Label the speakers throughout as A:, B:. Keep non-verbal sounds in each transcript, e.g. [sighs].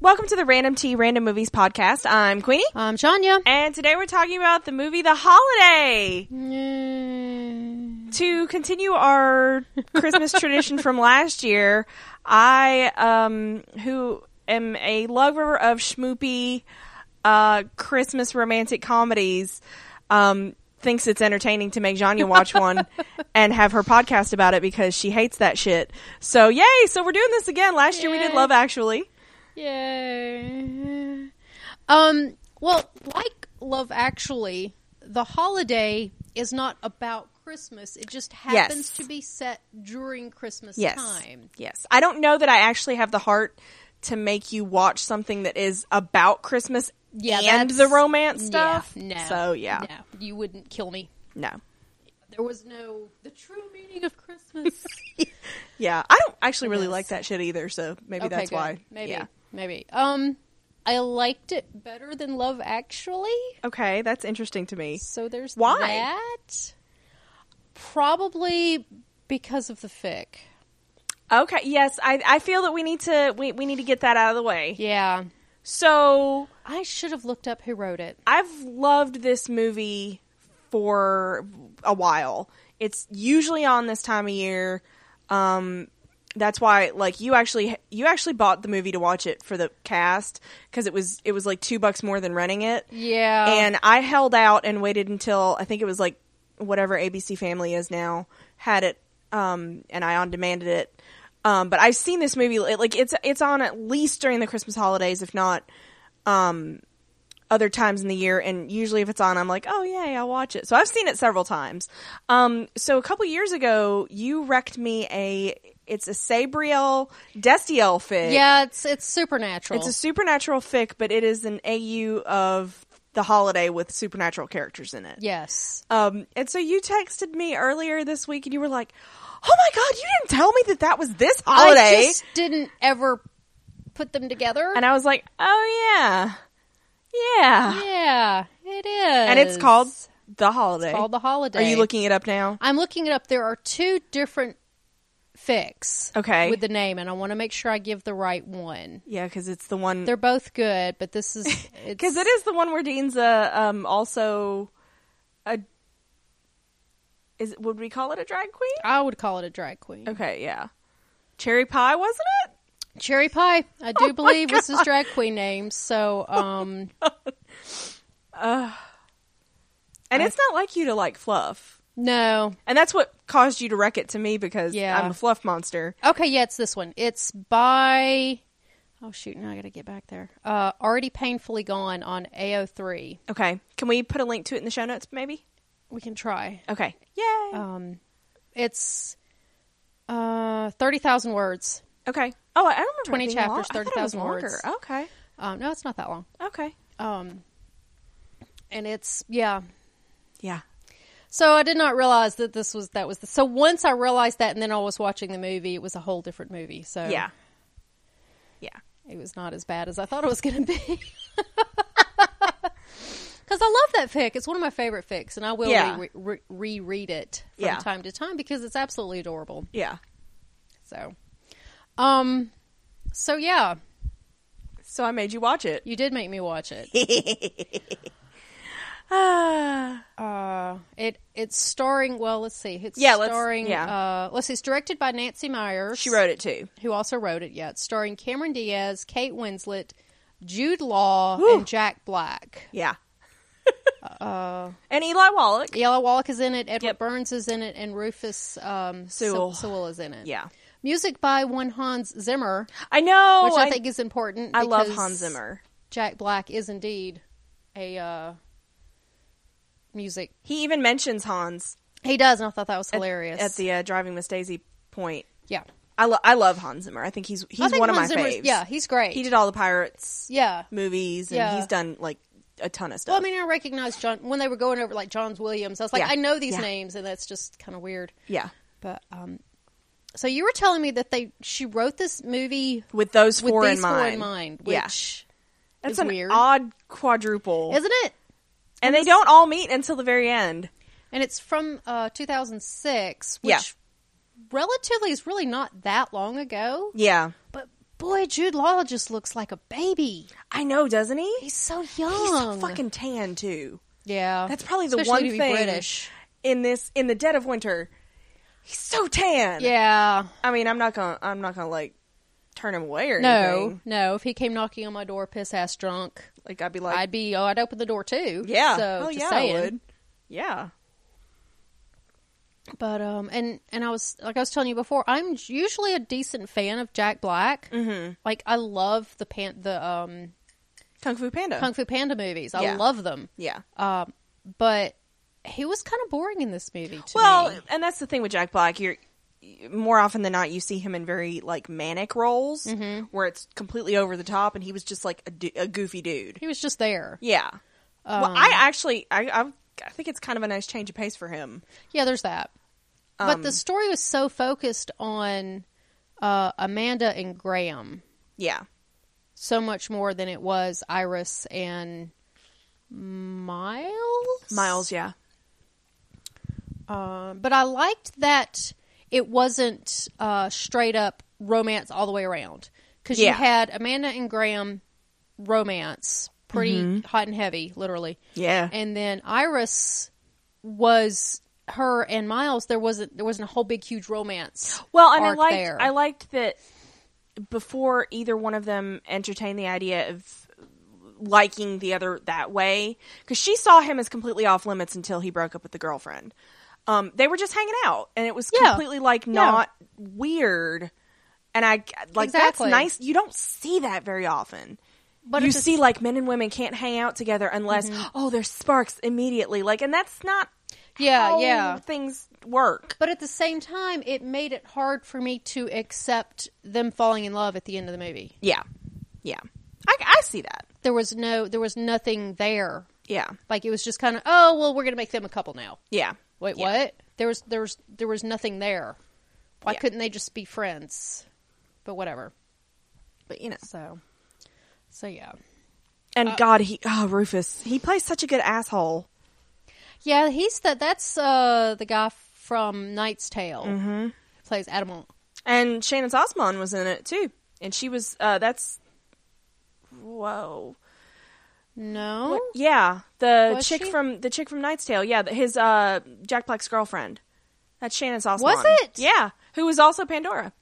A: Welcome to the Random Tea Random Movies podcast. I'm Queenie,
B: I'm Um, Shania.
A: and today we're talking about the movie The Holiday.
B: Mm.
A: To continue our Christmas tradition from last year, I, um, who am a lover of schmoopy uh, Christmas romantic comedies, um, thinks it's entertaining to make Janya watch one and have her podcast about it because she hates that shit. So, yay! So, we're doing this again. Last year we did
B: Yay.
A: Love Actually.
B: Yay. Um, well, like Love Actually, the holiday is not about Christmas. It just happens to be set during Christmas
A: yes.
B: time.
A: Yes. I don't know that I actually have the heart to make you watch something that is about Christmas
B: Yeah,
A: and
B: that's-
A: the romance stuff.
B: Yeah, no.
A: So yeah.
B: No, you wouldn't kill me.
A: No.
B: There was no the true meaning of Christmas.
A: Yeah. I don't actually really
B: Yes.
A: like that shit either, so [laughs] maybe
B: Okay,
A: that's
B: good.
A: why.
B: Maybe.
A: Yeah.
B: Maybe. Um I liked it better than Love Actually.
A: Okay, that's interesting to me.
B: So there's
A: Why?
B: that. Probably because of the fic.
A: Okay, yes, I, I feel that we need to we, we need to get that out of the way.
B: Yeah.
A: So
B: I should have looked up who wrote it.
A: I've loved this movie for a while. It's usually on this time of year. Um, that's why, like, you actually you actually bought the movie to watch it for the cast because it was it was like two bucks more than renting it.
B: Yeah.
A: And I held out and waited until I think it was like whatever ABC Family is now had it, um, and I on demanded it. Um, but I've seen this movie it- like it's it's on at least during the Christmas holidays, if not um, other times in the year. And usually, if it's on, I'm like, oh yay, I'll watch it. So I've seen it several times. Um, so a couple years ago, you wrecked me a it's a Sabriel Destiel fic.
B: yeah, it's it's supernatural.
A: It's a supernatural fic, but it is an AU of the holiday with supernatural characters in it.
B: yes.
A: Um, and so you texted me earlier this week, and you were like, "Oh my god, you didn't tell me that that was this holiday."
B: I just didn't ever put them together.
A: and I was like, "Oh yeah, yeah."
B: yeah, it is.
A: And it's called the holiday.
B: called the holiday.
A: Are you looking it up now?
B: I'm looking it up. There are two different fics.
A: Okay.
B: With the name, and I want to make sure I give the right one.
A: Yeah, because it's the one.
B: They're both good, but this
A: [laughs]
B: is it's-
A: Because it is the one where Dean's uh, um also a is would we call it a drag queen?
B: I would call it a drag queen.
A: Okay, yeah. Cherry pie, wasn't it?
B: Cherry Pie, I do believe was his drag queen name. So, um,
A: And it's not like you to like fluff.
B: no.
A: And that's what caused you to wreck it to me because
B: Yeah.
A: I'm a fluff monster.
B: Okay, yeah, it's this one. It's by. Oh shoot! Now I got to get back there. Uh, already painfully gone on AO3.
A: Okay. Can we put a link to it in the show notes, maybe?
B: We can try.
A: Okay. Yay.
B: Um, it's uh thirty thousand words.
A: okay. Oh, I I don't remember. it
B: 20
A: being
B: chapters,
A: long. I thought it
B: 30,000
A: was longer.
B: words.
A: Okay.
B: Um, no, it's not that long.
A: Okay.
B: Um, and it's yeah.
A: Yeah.
B: So I did not realize that this was that was the, so. Once I realized that, and then I was watching the movie, it was a whole different movie. So
A: Yeah. Yeah.
B: it was not as bad as I thought it was going to be.
A: [laughs]
B: Because I love that fic. It's one of my favorite fics, and I will
A: Yeah.
B: re- re- reread it from
A: Yeah.
B: time to time because it's absolutely adorable.
A: Yeah.
B: So, um, so yeah,
A: So I made you watch it. [sighs]
B: you did make me watch it.
A: [laughs] Ah.
B: Uh, it it's starring. Well, let's see. It's
A: Yeah, let's-
B: starring.
A: yeah.
B: Uh, let's see. It's directed by Nancy Myers.
A: she wrote it too.
B: who also wrote it. Yeah, it's starring Cameron Diaz, Kate Winslet, Jude Law,
A: Whew.
B: and Jack Black.
A: [laughs] Yeah. Uh, and Eli Wallach.
B: Yellow Wallach is in it. Edward
A: Yep.
B: Burns is in it, and Rufus um,
A: Sewell.
B: Sewell. Sewell is in it.
A: Yeah.
B: Music by one Hans Zimmer,
A: Oh, I know.
B: which I, think is important.
A: I love
B: because
A: Hans Zimmer.
B: Jack Black is indeed a uh, music.
A: He even mentions Hans
B: He does, and I thought that was
A: at-
B: hilarious.
A: at the uh, driving Miss Daisy point.
B: yeah,
A: I, lo- I love Hans Zimmer. I think he's he's
B: I think
A: one of my
B: Hans Zimmer's-
A: faves.
B: Yeah, he's great.
A: he did all the pirates
B: Yeah.
A: movies, and
B: Yeah.
A: he's done like a ton of
B: Well, I
A: stuff.
B: mean, I recognize John when they were going over like John's Williams. I was like,
A: Yeah.
B: I know these
A: Yeah.
B: names, and that's just kind of weird.
A: yeah,
B: But um, so you were telling me that they she wrote this movie
A: with those
B: with
A: four
B: these
A: in
B: four
A: mind,
B: in mind,
A: yeah,
B: which
A: that's
B: is
A: an
B: weird,
A: odd quadruple,
B: isn't it?
A: and they don't all meet until the very end.
B: And it's from uh, 2006, which
A: Yeah.
B: relatively is really not that long ago.
A: Yeah,
B: But Boy, Jude Law just looks like a baby.
A: I know, doesn't he?
B: He's so young.
A: He's so fucking tan too.
B: yeah.
A: That's probably the
B: Especially
A: one
B: to be
A: thing
B: British.
A: in this in the dead of winter. He's so tan.
B: Yeah.
A: I mean, I'm not gonna I'm not gonna like turn him away or
B: No,
A: anything.
B: no. If he came knocking on my door, piss ass drunk,
A: Like I'd be like,
B: I'd be. Oh, I'd open the door too.
A: yeah,
B: So
A: hell
B: just
A: yeah,
B: saying.
A: I would. Yeah.
B: But um, and and I was like I was telling you before, I'm usually a decent fan of Jack Black. Mm-hmm. Like I love the pan the um
A: Kung Fu Panda.
B: Kung Fu Panda movies. I
A: Yeah.
B: love them.
A: yeah.
B: Um, but he was kind of boring in this movie. To
A: Well,
B: me.
A: and that's the thing with Jack Black. You're more often than not, you see him in very like manic roles
B: Mm-hmm.
A: where it's completely over the top, and he was just like a, du- a goofy dude.
B: he was just there.
A: Yeah. well,
B: Um,
A: I actually, I, I, I think it's kind of a nice change of pace for him.
B: Yeah, there's that. but
A: Um,
B: the story was so focused on uh, Amanda and Graham.
A: Yeah.
B: so much more than it was Iris and Miles.
A: Miles. Yeah.
B: Um, but I liked that it wasn't uh, straight up romance all the way around because you
A: Yeah.
B: had Amanda and Graham romance, pretty
A: Mm-hmm.
B: hot and heavy, literally,
A: Yeah.
B: and then Iris was her and Miles. There wasn't there wasn't a whole big huge romance.
A: Well, and I
B: arc
A: liked
B: there.
A: I liked that before either one of them entertained the idea of liking the other that way, because she saw him as completely off limits until he broke up with the girlfriend. Um, they were just hanging out, and it was
B: Yeah.
A: completely like
B: Yeah.
A: not weird. And I like
B: Exactly.
A: that's nice. You don't see that very often.
B: But
A: But you
B: it's Mm-hmm. just-
A: see, like men and women can't hang out together unless oh, there's sparks immediately. Like, and that's not
B: yeah,
A: how
B: yeah.
A: things work.
B: But at the same time, it made it hard for me to accept them falling in love at the end of the movie.
A: Yeah, yeah, I, I see that.
B: There was no, there was nothing there.
A: Yeah.
B: Like it was just kind of, oh well, we're gonna make them a couple now.
A: Yeah.
B: Wait,
A: Yeah.
B: what? There was, there was, there was nothing there. Why
A: Yeah.
B: couldn't they just be friends? But whatever.
A: But you know.
B: So, so yeah,
A: And God, he oh Rufus, he plays such a good asshole.
B: yeah. He's that. That's uh the guy from Knight's Tale. Mm-hmm. Plays Adamant.
A: And Shannon Osman was in it too. And she was uh that's whoa.
B: No.
A: Yeah, the
B: Was
A: chick
B: she?
A: from the chick from Knight's Tale. Yeah, th- his uh Jack Black's girlfriend. That's Shannon Osman.
B: Was it?
A: Yeah, who was also Pandora.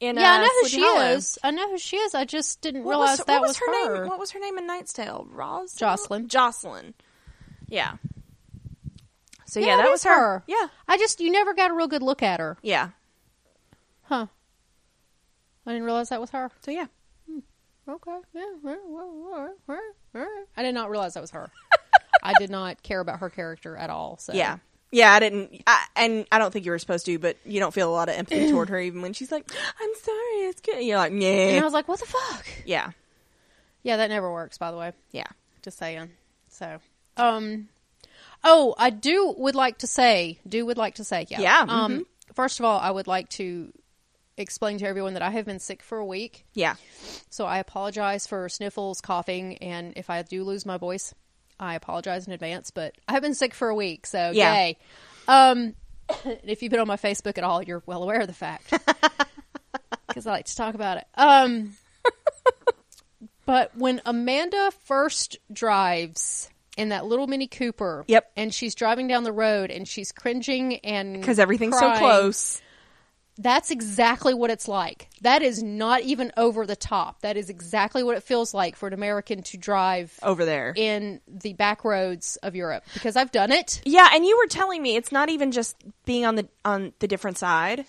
A: In,
B: Yeah, I
A: uh,
B: know who she
A: Sleepy Hollow.
B: is. I know who she is. I just didn't
A: What
B: realize
A: was, what
B: that
A: was,
B: was,
A: her,
B: her.
A: name? What was her name in Knight's Tale? Ros
B: Jocelyn.
A: Jocelyn. Yeah. So yeah,
B: Yeah, it
A: that
B: is
A: was her.
B: her.
A: Yeah.
B: I just you never got a real good look at her,
A: Yeah.
B: huh? I didn't realize that was her.
A: So yeah.
B: Okay, yeah, all right, all right, all right, all right. I did not realize that
A: [laughs]
B: was her. I did not care about her character at all. So
A: Yeah. Yeah, I didn't, I, and I don't think you were supposed to, but you don't feel a lot of [clears throat] empathy toward her, even when she's like, "I'm sorry, it's good." You're like,
B: and I
A: "Yeah,
B: was like, what the fuck?
A: yeah,
B: Yeah, that never works. By the way,
A: yeah."
B: just saying. So, um, oh, I do would like to say, do would like to say, yeah,
A: Yeah,
B: Um, first of all, I would like to explain to everyone that I have been sick for a week.
A: Yeah.
B: So I apologize for sniffles, coughing, and if I do lose my voice, I apologize in advance. But I've been sick for a week, so
A: Yeah.
B: yay. Um, [coughs] if you've been on my Facebook at all, you're well aware of
A: [laughs]
B: the fact because I like to talk about it. Um, [laughs] but when Amanda first drives in that little Mini Cooper,
A: Yep.
B: and she's driving down the road and she's cringing and
A: Because everything's so
B: crying,
A: close.
B: that's exactly what it's like. That is not even over the top. That is exactly what it feels like for an American to drive
A: over there.
B: in the back roads of Europe because I've done it.
A: yeah, and you were telling me it's not even just being on the on the different side.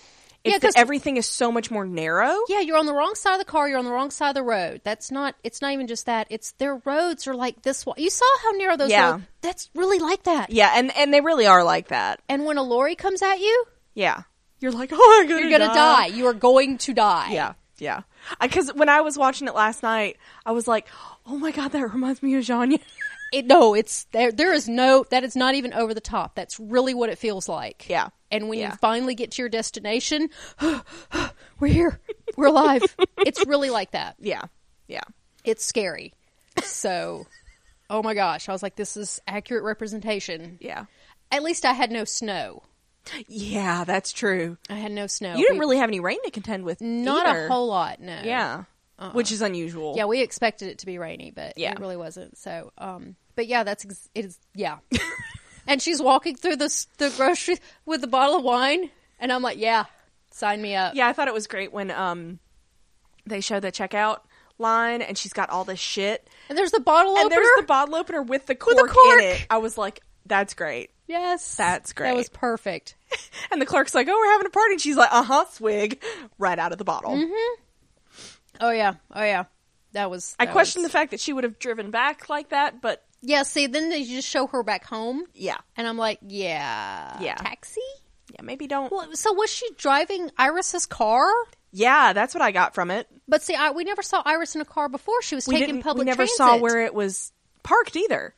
A: It's
B: Yeah,
A: yeah,
B: 'cause-
A: that everything is so much more narrow.
B: Yeah, you're on the wrong side of the car, you're on the wrong side of the road. That's not it's not even just that. It's their roads are like this one. You saw how narrow those
A: Yeah.
B: are. That's really like that.
A: Yeah, and and they really are like that.
B: And when a lorry comes at you,
A: Yeah, you're like, "Oh, I'm gonna
B: you're going to die. You are going to die.
A: Yeah, yeah. Because when I was watching it last night, I was like, "Oh my god, that reminds me of
B: [laughs]
A: Janya."
B: It, no, it's there. There is no that is not even over the top. That's really what it feels like.
A: Yeah.
B: And when
A: Yeah.
B: you finally get to your destination, [gasps] we're here. We're alive.
A: [laughs]
B: it's really like that.
A: yeah, yeah.
B: It's scary. So, oh my gosh, I was like, this is accurate representation.
A: Yeah.
B: At least I had no snow.
A: Yeah, that's true.
B: I had no snow.
A: You didn't
B: Oh, We-
A: really have any rain to contend with.
B: not
A: either.
B: a whole lot. No.
A: Yeah. which is unusual.
B: Yeah, we expected it to be rainy, but
A: Yeah.
B: it really wasn't. So, um, but yeah, that's ex- it is. Yeah, [laughs] and she's walking through the s- the grocery with the bottle of wine, and I'm like, yeah, sign me up.
A: Yeah, I thought it was great when um they show the checkout line and she's got all this shit.
B: And there's the bottle
A: And
B: opener.
A: there's the bottle opener with the cork,
B: the cork.
A: in it. I was like, that's great.
B: yes,
A: That's
B: That was
A: great.
B: perfect.
A: And the clerk's like, oh, we're having a party. And she's like, uh huh, swig, right out of the bottle.
B: Mm-hmm. Oh yeah, oh yeah, that was.
A: I
B: that
A: question
B: was-
A: the fact that she would have driven back like that, but
B: Yeah, see, then they just show her back home,
A: yeah.
B: and I'm like, yeah,
A: Yeah.
B: taxi.
A: Yeah, maybe don't.
B: Well, so was she driving Iris's car?
A: yeah, that's what I got from it.
B: But see, I, we never saw Iris in a car before. She was
A: We,
B: taking
A: didn't,
B: public.
A: we never
B: transit.
A: saw where it was parked either.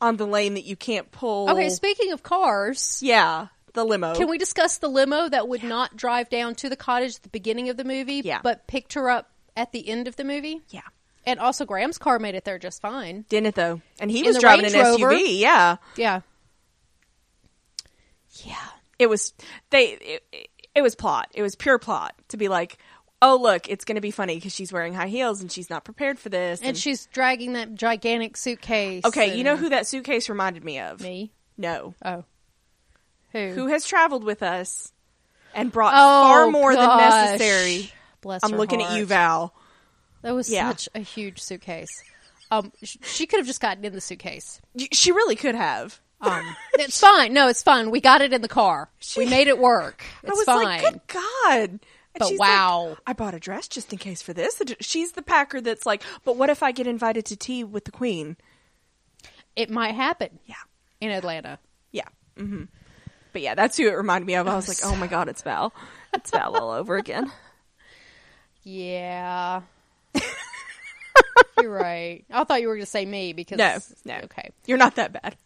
A: On the lane that you can't pull.
B: Okay, speaking of cars,
A: yeah, the limo.
B: can we discuss the limo that would not drive down to the cottage at the beginning of the movie,
A: Yeah.
B: but picked her up at the end of the movie?
A: Yeah.
B: And also, Graham's car made it there just fine.
A: Didn't it though? And he
B: In
A: was
B: the
A: driving
B: Range
A: an
B: Rover.
A: SUV. Yeah,
B: Yeah. Yeah.
A: it was. They. It, it- it was plot. It was pure plot to be like, oh look, it's going to be funny because she's wearing high heels and she's not prepared for this.
B: And she's dragging that gigantic suitcase.
A: okay, you
B: and-
A: know who that suitcase reminded me of?
B: Me?
A: No,
B: Oh. Who?
A: who has traveled with us and brought
B: Oh,
A: far more
B: gosh.
A: than necessary.
B: Bless
A: I'm
B: her
A: looking at you,
B: heart.
A: Val.
B: That was
A: Yeah.
B: such a huge suitcase. Um, sh- she could have just gotten in the suitcase.
A: Y- She really could have. [laughs]
B: Um, it's fine. No, it's fine. We got it in the car. we made it work. It's
A: I was
B: fine.
A: like, good God. And
B: But
A: she's
B: wow.
A: like, I bought a dress just in case for this. She's the packer that's like, but what if I get invited to tea with the queen?
B: it might happen
A: Yeah.
B: in Atlanta.
A: Yeah. hmm But yeah, that's who it reminded me of. I was like, oh my God, it's Val. It's Val all over
B: [laughs]
A: again. [laughs]
B: Yeah. You're right. I thought you were going to say me because
A: No, no.
B: Okay.
A: You're not that bad.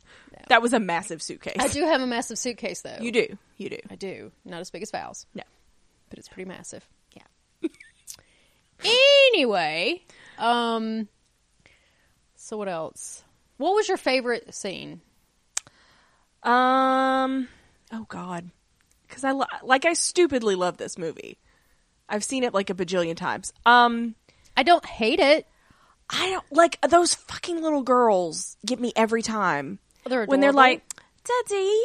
A: That was a massive suitcase.
B: I do have a massive suitcase though.
A: You do. You do.
B: I do. Not as big as Val's,
A: No.
B: but it's pretty massive. Yeah. [laughs] anyway, um so what else? What was your favorite scene?
A: Um. Oh God. Because I lo- like I stupidly love this movie. I've seen it like a bajillion times. Um.
B: I don't hate it.
A: I don't like those fucking little girls. Get me every time
B: They're
A: when they're
B: adorable.
A: like, "Daddy."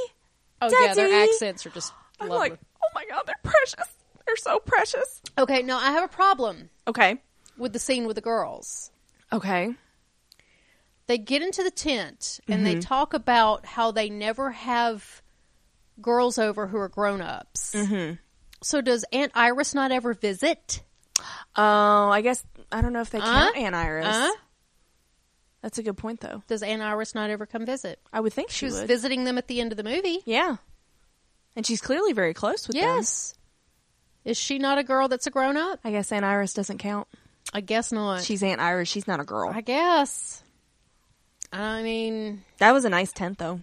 B: Oh yeah, their
A: Daddy.
B: accents are just
A: I'm
B: lovely.
A: like, "Oh my god, they're precious. They're so precious."
B: okay, no, I have a problem
A: Okay.
B: with the scene with the girls.
A: Okay.
B: they get into the tent
A: Mm-hmm.
B: and they talk about how they never have girls over who are grown-ups
A: Mm-hmm.
B: so does aunt iris not ever visit
A: Oh, I guess I don't know if they
B: Uh-huh.
A: count Anne Iris.
B: Huh?
A: That's a good point, though.
B: does aunt iris not ever come visit
A: I would think she,
B: she was
A: would.
B: visiting them at the end of the movie
A: yeah. And she's clearly very close with them.
B: yes is she not a girl that's a grown-up
A: I guess Anne Iris doesn't count.
B: i guess not
A: She's Aunt Iris. She's not a girl.
B: i guess i mean
A: That was a nice tent, though.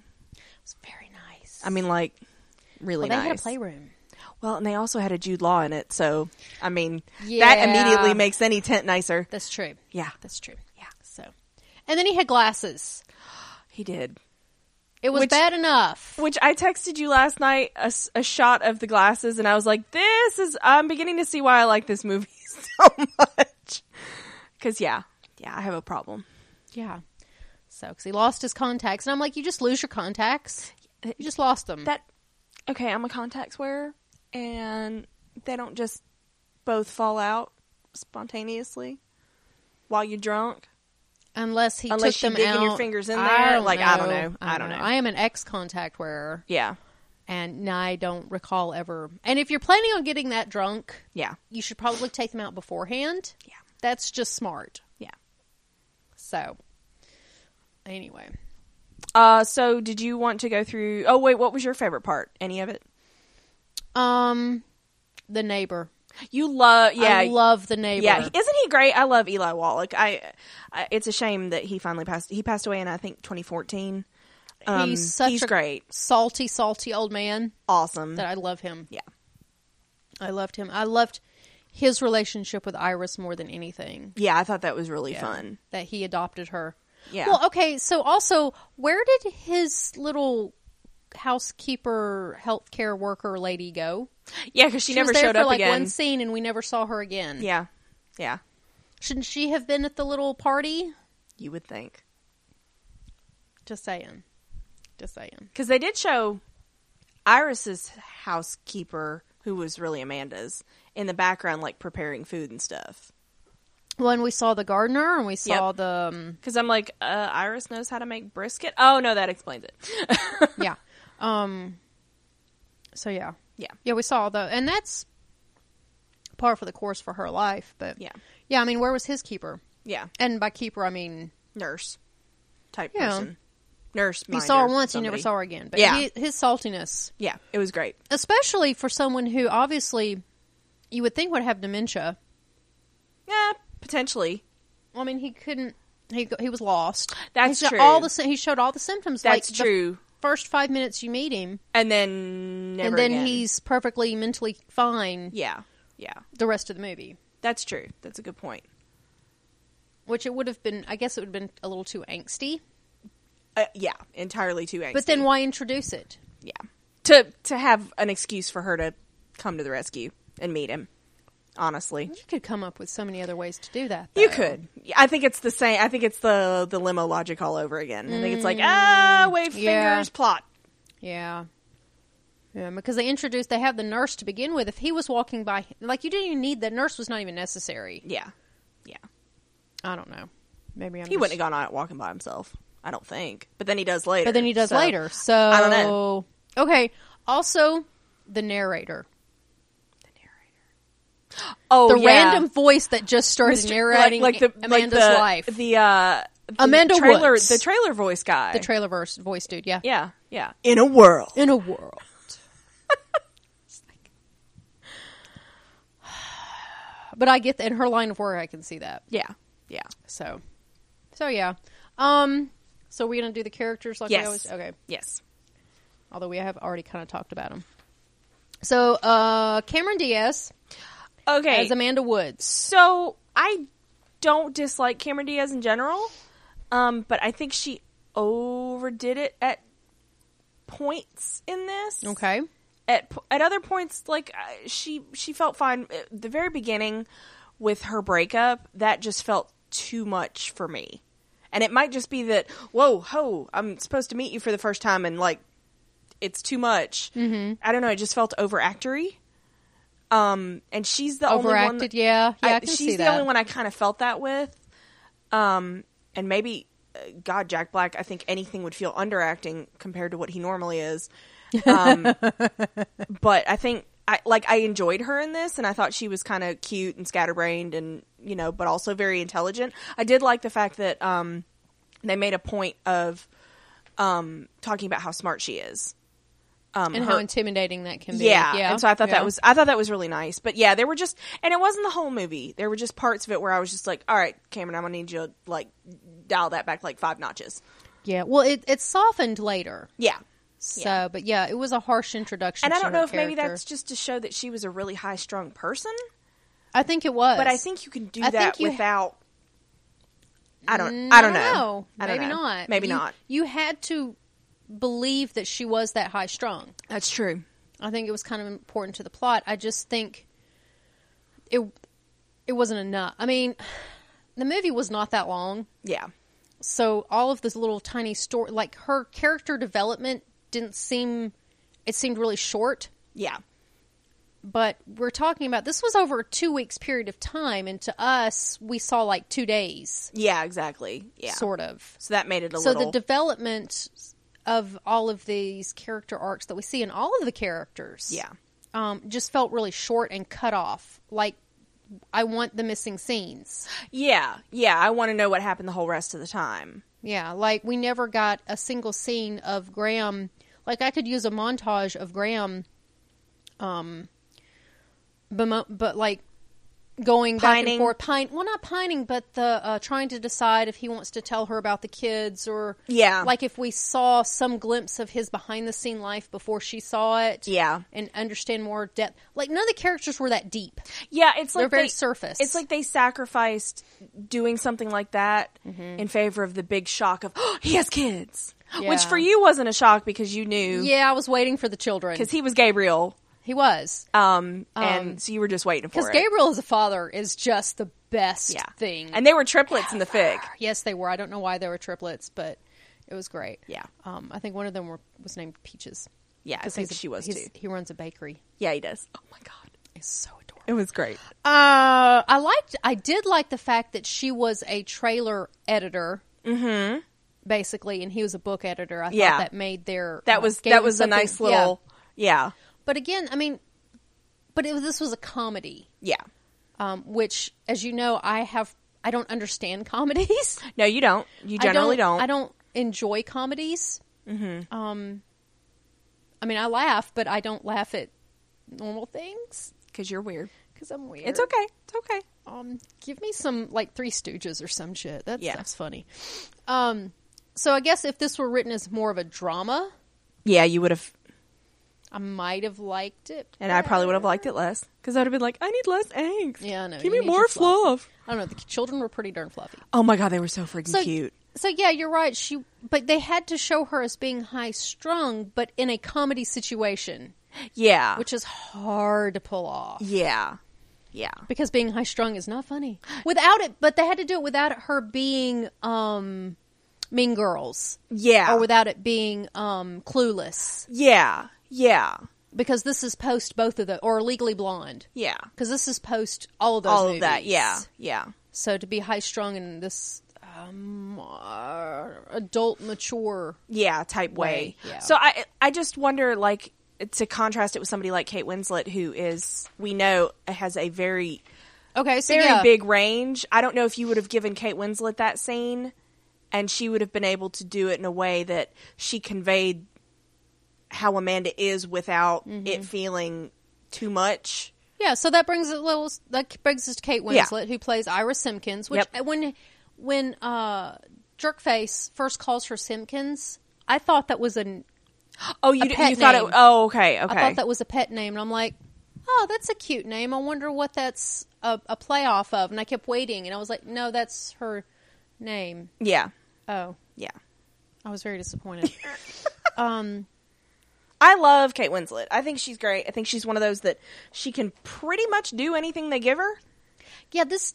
B: it's very nice
A: I mean, like, really
B: well, they
A: nice.
B: had a playroom
A: Well, and they also had a Jude Law in it, so I mean,
B: Yeah.
A: that immediately makes any tent nicer.
B: that's true
A: Yeah,
B: that's true
A: Yeah.
B: so and then he had glasses
A: he did.
B: it was
A: Which-
B: bad enough
A: Which I texted you last night a, s- a shot of the glasses, and I was like, "This is." I'm beginning to see why I like this movie [laughs] so much. Because yeah, yeah, I have a problem.
B: Yeah. So, because he lost his contacts. And I'm like, you just lose your contacts. You just lost them.
A: That okay? I'm a contacts wearer, and they don't just both fall out spontaneously while you're drunk.
B: unless he
A: Unless
B: took
A: you're
B: them
A: digging
B: out.
A: your fingers in
B: I
A: there,
B: don't
A: like,
B: know.
A: I don't know. I don't know.
B: I am an ex contact wearer,
A: Yeah,
B: and I don't recall ever. And if you're planning on getting that drunk,
A: yeah,
B: you should probably take them out beforehand.
A: Yeah.
B: That's just smart.
A: yeah.
B: So, anyway.
A: Uh, so did you want to go through? Oh wait, what was your favorite part? Any of it?
B: Um, the neighbor.
A: You love, yeah,
B: I love the neighbor.
A: yeah. Isn't he great? I love Eli Wallach. I, I, it's a shame that he finally passed. He passed away in I think 2014. Um,
B: he's such
A: he's
B: a
A: great,
B: salty, salty old man
A: awesome.
B: that I love him.
A: Mm. yeah,
B: I loved him. I loved his relationship with Iris more than anything.
A: yeah. I thought that was really fun.
B: That he adopted her.
A: Yeah.
B: Well, okay, so also, where did his little housekeeper, healthcare worker lady go?
A: Yeah, because she,
B: She
A: never
B: was there
A: showed
B: for
A: up
B: like
A: again.
B: one scene and we never saw her again.
A: yeah, Yeah,
B: Shouldn't she have been at the little party?
A: you would think
B: Just saying. Just saying.
A: because they did show Iris's housekeeper, who was really Amanda's, in the background, like preparing food and stuff.
B: When we saw the gardener and we saw
A: Yep.
B: the um,
A: Because I'm like, uh, Iris knows how to make brisket. Oh no, that explains it. [laughs]
B: yeah. Um so yeah.
A: yeah,
B: Yeah, we saw the and that's par for the course for her life, but
A: yeah,
B: Yeah, I mean, where was his keeper?
A: yeah.
B: And by keeper, I mean
A: Nurse type
B: Yeah.
A: person. Nurse.
B: you saw her once, you never saw her again. But
A: Yeah.
B: he, his saltiness,
A: Yeah, it was great.
B: especially for someone who obviously you would think would have dementia.
A: Yeah, potentially.
B: I mean, he couldn't. He go- he was lost.
A: That's
B: he showed
A: true.
B: All the sy- he showed all the symptoms.
A: That's
B: like
A: true.
B: The first five minutes you meet him,
A: and then never
B: and then
A: again.
B: he's perfectly mentally fine
A: yeah, yeah.
B: the rest of the movie.
A: That's true. That's a good point.
B: Which it would have been. I guess it would have been a little too angsty.
A: Uh, yeah, entirely too angsty.
B: But then why introduce it?
A: yeah, to to have an excuse for her to come to the rescue and meet him. Honestly,
B: You could come up with so many other ways to do that.
A: you
B: though.
A: could. I think it's the same. I think it's the the limo logic all over again. I think it's like ah, wave
B: Mm. yeah.
A: fingers plot.
B: Yeah. Yeah, because they introduced, they have the nurse to begin with. If he was walking by, like, you didn't even need the nurse, was not even necessary.
A: Yeah, yeah.
B: I don't know. Maybe I'm
A: He wouldn't have gone out walking by himself. I don't think. But then he does later.
B: But then he does
A: so-
B: later. So.
A: I don't know.
B: Okay. Also, the narrator.
A: Oh,
B: The
A: yeah.
B: random voice that just started
A: Mr.
B: narrating Amanda's
A: the,
B: life. The,
A: The uh, the
B: Amanda
A: trailer,
B: Woods.
A: the trailer voice guy.
B: trailer verse voice dude, yeah.
A: yeah, yeah. In a world,
B: In a world. [sighs] but I get that in her line of work, I can see that.
A: yeah, yeah.
B: So, so yeah. Um, so we're gonna do the characters like we
A: Yes.
B: always. Okay,
A: Yes.
B: although we have already kind of talked about them. So, uh, Cameron Diaz
A: Okay.
B: as Amanda Woods.
A: so I don't dislike Cameron Diaz in general, um, but I think she overdid it at points in this.
B: Okay.
A: At p- at other points, like uh, she she felt fine. At the very beginning with her breakup, that just felt too much for me. And it might just be that whoa ho, I'm supposed to meet you for the first time, and like it's too much. Mm-hmm. I don't know. It just felt overactory. Um, and she's the only one.
B: Overacted, yeah, yeah, I, can
A: she's
B: see
A: the
B: that.
A: only one I kind of felt that with. Um, and maybe uh, God, Jack Black. I think anything would feel underacting compared to what he normally is.
B: [laughs]
A: Um, but I think I like I enjoyed her in this, and I thought she was kind of cute and scatterbrained, and you know, but also very intelligent. I did like the fact that um, they made a point of um, talking about how smart she is. Um,
B: and
A: her-
B: how intimidating that can be.
A: yeah.
B: yeah.
A: And so I thought
B: yeah.
A: that was I thought that was really nice. But yeah, there were just and it wasn't the whole movie. There were just parts of it where I was just like, All right, Cameron, I'm gonna need you to like dial that back like five notches.
B: yeah. Well, it it softened later.
A: Yeah.
B: So, but yeah, it was a harsh introduction.
A: And I
B: to
A: don't
B: her
A: know if maybe
B: character.
A: that's just to show that she was a really high strung person.
B: I think it was,
A: But I think you can do
B: I
A: that
B: think you- Mm,
A: without I don't I don't know. I don't
B: Maybe
A: know.
B: not.
A: Maybe
B: You-
A: not.
B: You had to believe that she was that high strung.
A: That's true.
B: I think it was kind of important to the plot. I just think it it wasn't enough. I mean, [sighs] the movie was not that long,
A: Yeah.
B: so all of this little tiny story, like her character development, didn't seem. It seemed really short,
A: Yeah.
B: but we're talking about this was over a two weeks period of time, and to us, we saw like two days,
A: Yeah, exactly. Yeah. So,
B: sort of.
A: that made it a
B: So
A: little
B: the development of all of these character arcs that we see in all of the characters,
A: Yeah.
B: um, just felt really short and cut off. Like I want the missing scenes.
A: Yeah. Yeah. I wanna know what happened the whole rest of the time.
B: Yeah, like we never got a single scene of Graham. Like I could use a montage of Graham, um, bemo- but like going back
A: Pining.
B: and forth, pine. Well, not pining, but the uh, trying to decide if he wants to tell her about the kids or
A: Yeah.
B: like if we saw some glimpse of his behind the scene life before she saw it.
A: Yeah.
B: and understand more depth. Like none of the characters were that deep.
A: Yeah, it's
B: They're
A: like
B: very
A: they-
B: surface.
A: It's like they sacrificed doing something like that in favor of the big shock of [gasps] oh, he has kids, [gasps]
B: Yeah.
A: which for you wasn't a shock because you knew
B: yeah, I was waiting for the children.
A: because he was Gabriel
B: He was.
A: Um, and so you were just waiting for
B: Because
A: it.
B: Gabriel as a father is just the best
A: yeah.
B: thing.
A: And they were triplets in the fig.
B: yes, they were. I don't know why they were triplets, but it was great.
A: Yeah.
B: Um, I think one of them were, was named Peaches.
A: Yeah, I
B: 'Cause
A: think
B: he's a-
A: she was
B: he's-
A: too.
B: He runs a bakery.
A: Yeah, he does. Oh my god,
B: It's so adorable.
A: it was great.
B: Uh, I liked. I did like the fact that she was a trailer editor, mm-hmm. basically, and he was a book editor. I
A: Yeah.
B: thought that made their uh,
A: That was
B: gave
A: that
B: them
A: was a
B: something-
A: nice little.
B: yeah.
A: Yeah,
B: But again, I mean, but it was this was a comedy,
A: yeah.
B: um, which, as you know, I have. I don't understand comedies.
A: No, you don't. You generally
B: I don't, I don't enjoy comedies. Mm-hmm. Um, I mean, I laugh, but I don't laugh at normal things
A: because you're weird.
B: because I'm weird.
A: It's okay. It's okay.
B: um, give me some like Three Stooges or some shit. That
A: Yeah.
B: stuff's funny. Um, so I guess if this were written as more of a drama,
A: Yeah, you would have,
B: I might have liked it.
A: and I probably would have
B: better.
A: liked it less because I'd have been like, I need less angst.
B: Yeah, I know.
A: Give
B: You
A: me
B: need
A: more
B: your fluff.
A: fluff.
B: I don't know. The children were pretty darn fluffy.
A: Oh my god, they were so freaking
B: So
A: cute.
B: So yeah, you're right. She, but they had to show her as being high strung, but in a comedy situation,
A: Yeah,
B: which is hard to pull off.
A: yeah, yeah.
B: because being high strung is not funny without it but they had to do it without her being um mean girls
A: Yeah.
B: or without it being um clueless
A: Yeah. Yeah.
B: because this is post both of the or legally blonde
A: Yeah.
B: because this is post all of those
A: All of
B: movies.
A: that. Yeah. Yeah.
B: so to be high strung in this um uh, adult mature
A: Yeah, type way.
B: Way, yeah.
A: So I I just wonder like to contrast it with somebody like Kate Winslet who is we know has a very
B: okay so
A: very
B: yeah.
A: big range. I don't know if you would have given Kate Winslet that scene and she would have been able to do it in a way that she conveyed how Amanda is without it feeling too much.
B: Yeah, so that brings it little that brings us to Kate
A: Yeah.
B: Winslet, who plays Ira Simpkins. Which
A: Yep.
B: when when uh, Jerkface first calls her Simpkins, I thought that was an
A: Oh, you,
B: A
A: d-
B: pet
A: you thought it
B: name.
A: Oh, okay.
B: I
A: Okay.
B: thought that was a pet name, and I'm like, oh, that's a cute name. I wonder what that's a, a play off of. And I kept waiting, and I was like, no, that's her name.
A: yeah.
B: Oh,
A: Yeah.
B: I was very
A: [laughs]
B: disappointed.
A: I love Kate Winslet. I think she's great. I think she's one of those that she can pretty much do anything they give her.
B: yeah, this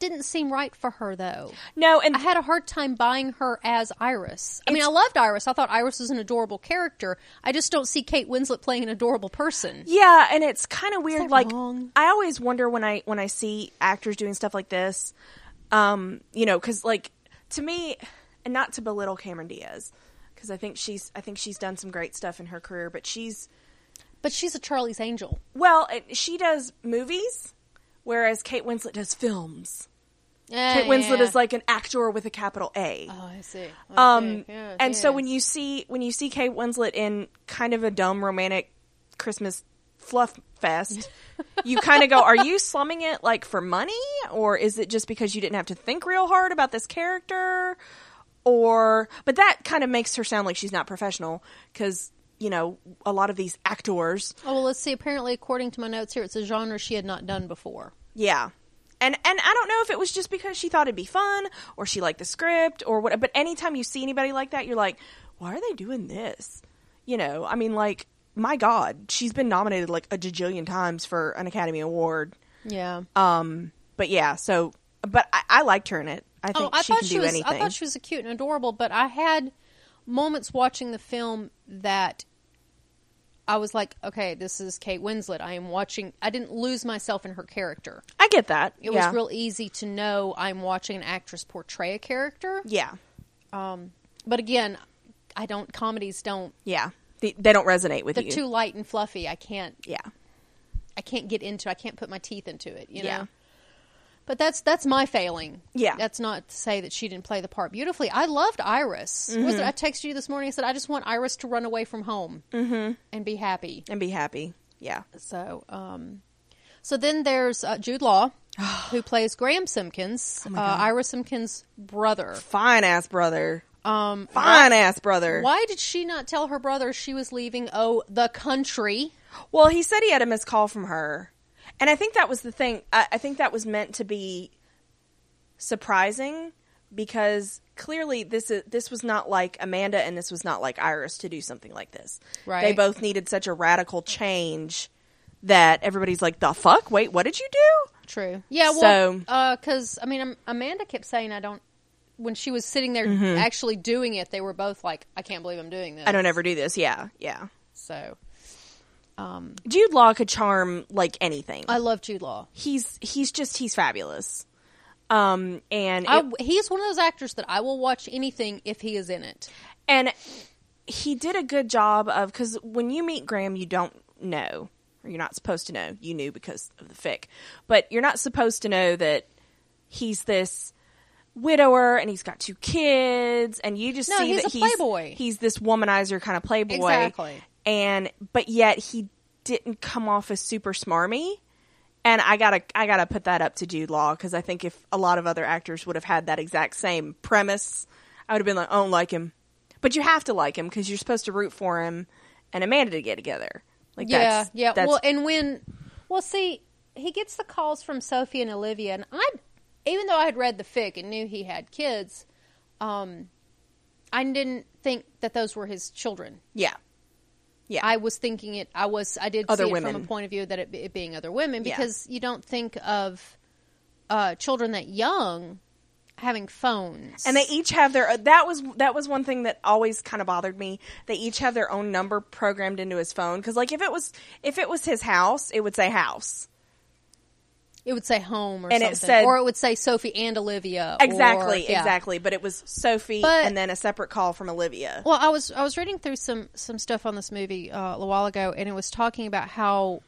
B: didn't seem right for her though.
A: No, and
B: I had a hard time buying her as Iris. I mean, I loved Iris. I thought Iris was an adorable character. I just don't see Kate Winslet playing an adorable person.
A: yeah, and it's kind of weird.
B: that
A: Like
B: wrong?
A: I always wonder when I when I see actors doing stuff like this, um, you know, because like to me, and not to belittle Cameron Diaz, because I think she's I think she's done some great stuff in her career, but she's
B: But she's a Charlie's Angel.
A: well, it- she does movies, whereas Kate Winslet does films. Kate Winslet is like an actor with a capital A.
B: Oh, I see.
A: Um, and so when you see when you see Kate Winslet in kind of a dumb romantic Christmas fluff fest, you kind of go, "Are you slumming it like for money, or is it just because you didn't have to think real hard about this character?" Or, but that kind of makes her sound like she's not professional because you know a lot of these actors,
B: Oh, well, let's see. Apparently, according to my notes here, it's a genre she had not done before.
A: yeah. And, and I don't know if it was just because she thought it'd be fun or she liked the script or what, but anytime you see anybody like that, you're like, why are they doing this? you know, I mean, like, my God, she's been nominated like a jajillion times for an Academy Award.
B: Yeah.
A: Um, but yeah, so, but I, I liked her in it. I think she can do
B: was,
A: anything.
B: Oh, I thought she was cute and adorable, but I had moments watching the film that I was like, okay, this is Kate Winslet. I am watching. I didn't lose myself in her character.
A: I get that.
B: It
A: yeah.
B: was real easy to know I'm watching an actress portray a character.
A: Yeah.
B: Um, but again, I don't. Comedies don't.
A: Yeah. They, they don't resonate with
B: They're
A: you.
B: too light and fluffy. I can't.
A: yeah.
B: I can't get into. I can't put my teeth into it. You know.
A: Yeah.
B: But that's that's my failing.
A: Yeah.
B: That's not to say that she didn't play the part beautifully. I loved Iris. What Was it?
A: Mm-hmm.
B: I texted you this morning. I said I just want Iris to run away from home
A: Mm-hmm.
B: and be happy.
A: And be happy. Yeah.
B: So, um, so then there's uh,
A: [sighs]
B: Jude Law, who plays Graham Simpkins,
A: Oh
B: uh, Iris Simpkins' brother.
A: Fine ass brother.
B: Um,
A: Fine ass brother.
B: Why did she not tell her brother she was leaving? Oh, the country.
A: Well, he said he had a missed call from her. And I think that was the thing. I, I think that was meant to be surprising because clearly this is this was not like Amanda and this was not like Iris to do something like this. They
B: Right.
A: both needed such a radical change that everybody's like, the fuck? Wait, what did you do?
B: True. Yeah.
A: So-
B: Well, because I mean, Am- Amanda kept saying, "I don't." When she was sitting there actually doing it, they were both like, Mm-hmm. "I can't believe I'm doing this."
A: I don't ever do this. Yeah, yeah.
B: So, um,
A: Jude Law could charm like anything.
B: I love Jude Law.
A: he's he's just he's fabulous. Um, and it-
B: I, he's one of those actors that I will watch anything if he is in it.
A: and he did a good job of because when you meet Graham, you don't know, or you're not supposed to know. You knew because of the fic, but you're not supposed to know that he's this widower and he's got two kids, and you just
B: No,
A: see
B: he's
A: that
B: a playboy.
A: He's this womanizer kind of playboy,
B: Exactly.
A: And but yet he didn't come off as super smarmy. And I gotta, I gotta put that up to Jude Law because I think if a lot of other actors would have had that exact same premise, I would have been like, I don't like him. But you have to like him because you're supposed to root for him and Amanda to get together. Like,
B: Yeah,
A: that's,
B: yeah.
A: That's,
B: well, and when, well, see, he gets the calls from Sophie and Olivia, and I, even though I had read the fic and knew he had kids, um, I didn't think that those were his children.
A: yeah, yeah.
B: I was thinking it. I was. I did
A: Other
B: see it from
A: women.
B: a point of view that it, it being other women
A: Yeah.
B: because you don't think of uh, children that young having phones,
A: and they each have their. That was that was one thing that always kind of bothered me. They each have their own number programmed into his phone because, like, if it was if it was his house, it would say house.
B: it would say home or
A: and it
B: something,
A: said-
B: or it would say Sophie and Olivia. or-
A: Exactly,
B: yeah.
A: exactly. But it was Sophie
B: But-
A: and then a separate call from Olivia.
B: Well, I was I was reading through some some stuff on this movie uh, a little while ago, and it was talking about how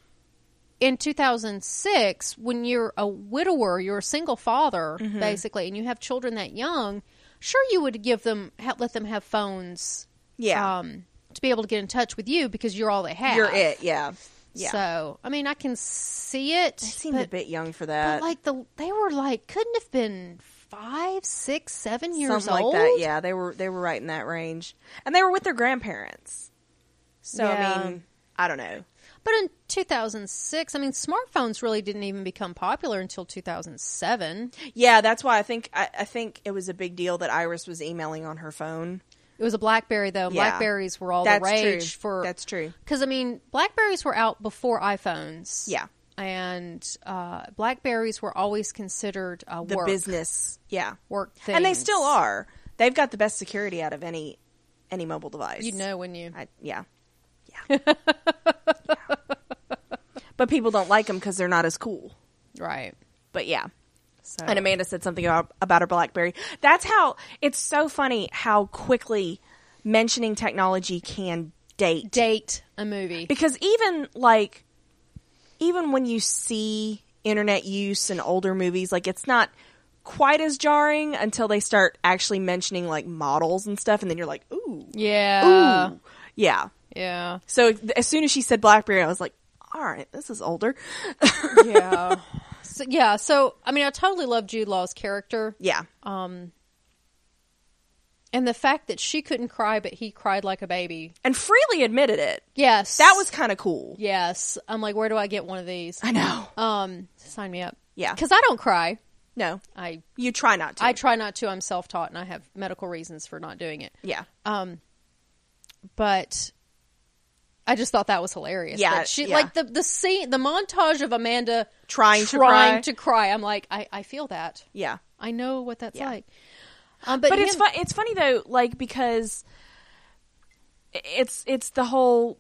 B: in 2006, when you're a widower, you're a single father
A: Mm-hmm.
B: basically, and you have children that young. Sure, you would give them ha- let them have phones,
A: yeah,
B: um, to be able to get in touch with you because you're all they have.
A: you're it. Yeah, yeah.
B: So I mean, I can see it.
A: I seemed a
B: but,
A: bit young for
B: but
A: that.
B: like the they were like couldn't have been five, six, seven years
A: something
B: old.
A: like that. Yeah, they were they were right in that range, and they were with their grandparents. So I
B: Yeah.
A: mean, I don't know.
B: But in 2006, I mean, smartphones really didn't even become popular until 2007.
A: Yeah, that's why I think I, I think it was a big deal that Iris was emailing on her phone.
B: It was a BlackBerry though.
A: Yeah.
B: Blackberries were all
A: That's
B: the rage
A: true.
B: for
A: That's true.
B: Because I mean, Blackberries were out before iPhones.
A: Yeah.
B: and uh, Blackberries were always considered uh,
A: The
B: work
A: business, yeah,
B: work things,
A: and they still are. They've got the best security out of any any mobile device.
B: You know when you
A: I,
B: [laughs]
A: yeah, yeah. Yeah. But people don't like them because they're not as cool.
B: right.
A: But yeah.
B: So
A: And Amanda said something about, about her BlackBerry. That's how it's so funny how quickly mentioning technology can date.
B: date a movie.
A: because even like even when you see internet use in older movies, like it's not quite as jarring until they start actually mentioning like models and stuff and then you're like, "Ooh."
B: yeah,
A: ooh. Yeah. [laughs]
B: yeah,
A: So th- as soon as she said BlackBerry, I was like, "All right, this is older." [laughs]
B: yeah. so, yeah. So I mean, I totally love Jude Law's character.
A: yeah.
B: Um, And the fact that she couldn't cry, but he cried like a baby.
A: And freely admitted it.
B: Yes.
A: That was kind of cool.
B: Yes. I'm like, where do I get one of these?
A: I know.
B: Um, sign me up.
A: Yeah.
B: Because I don't cry.
A: No.
B: I
A: You try not to.
B: I try not to. I'm self taught, and I have medical reasons for not doing it.
A: yeah.
B: Um, but I just thought that was hilarious.
A: Yeah,
B: That she
A: yeah.
B: like the the scene, the montage of Amanda
A: Trying to cry.
B: trying to cry. I'm like, I I feel that.
A: Yeah.
B: I know what that's
A: Yeah.
B: like. Um, but
A: But it's
B: him-
A: fu- it's funny though, like because it's it's the whole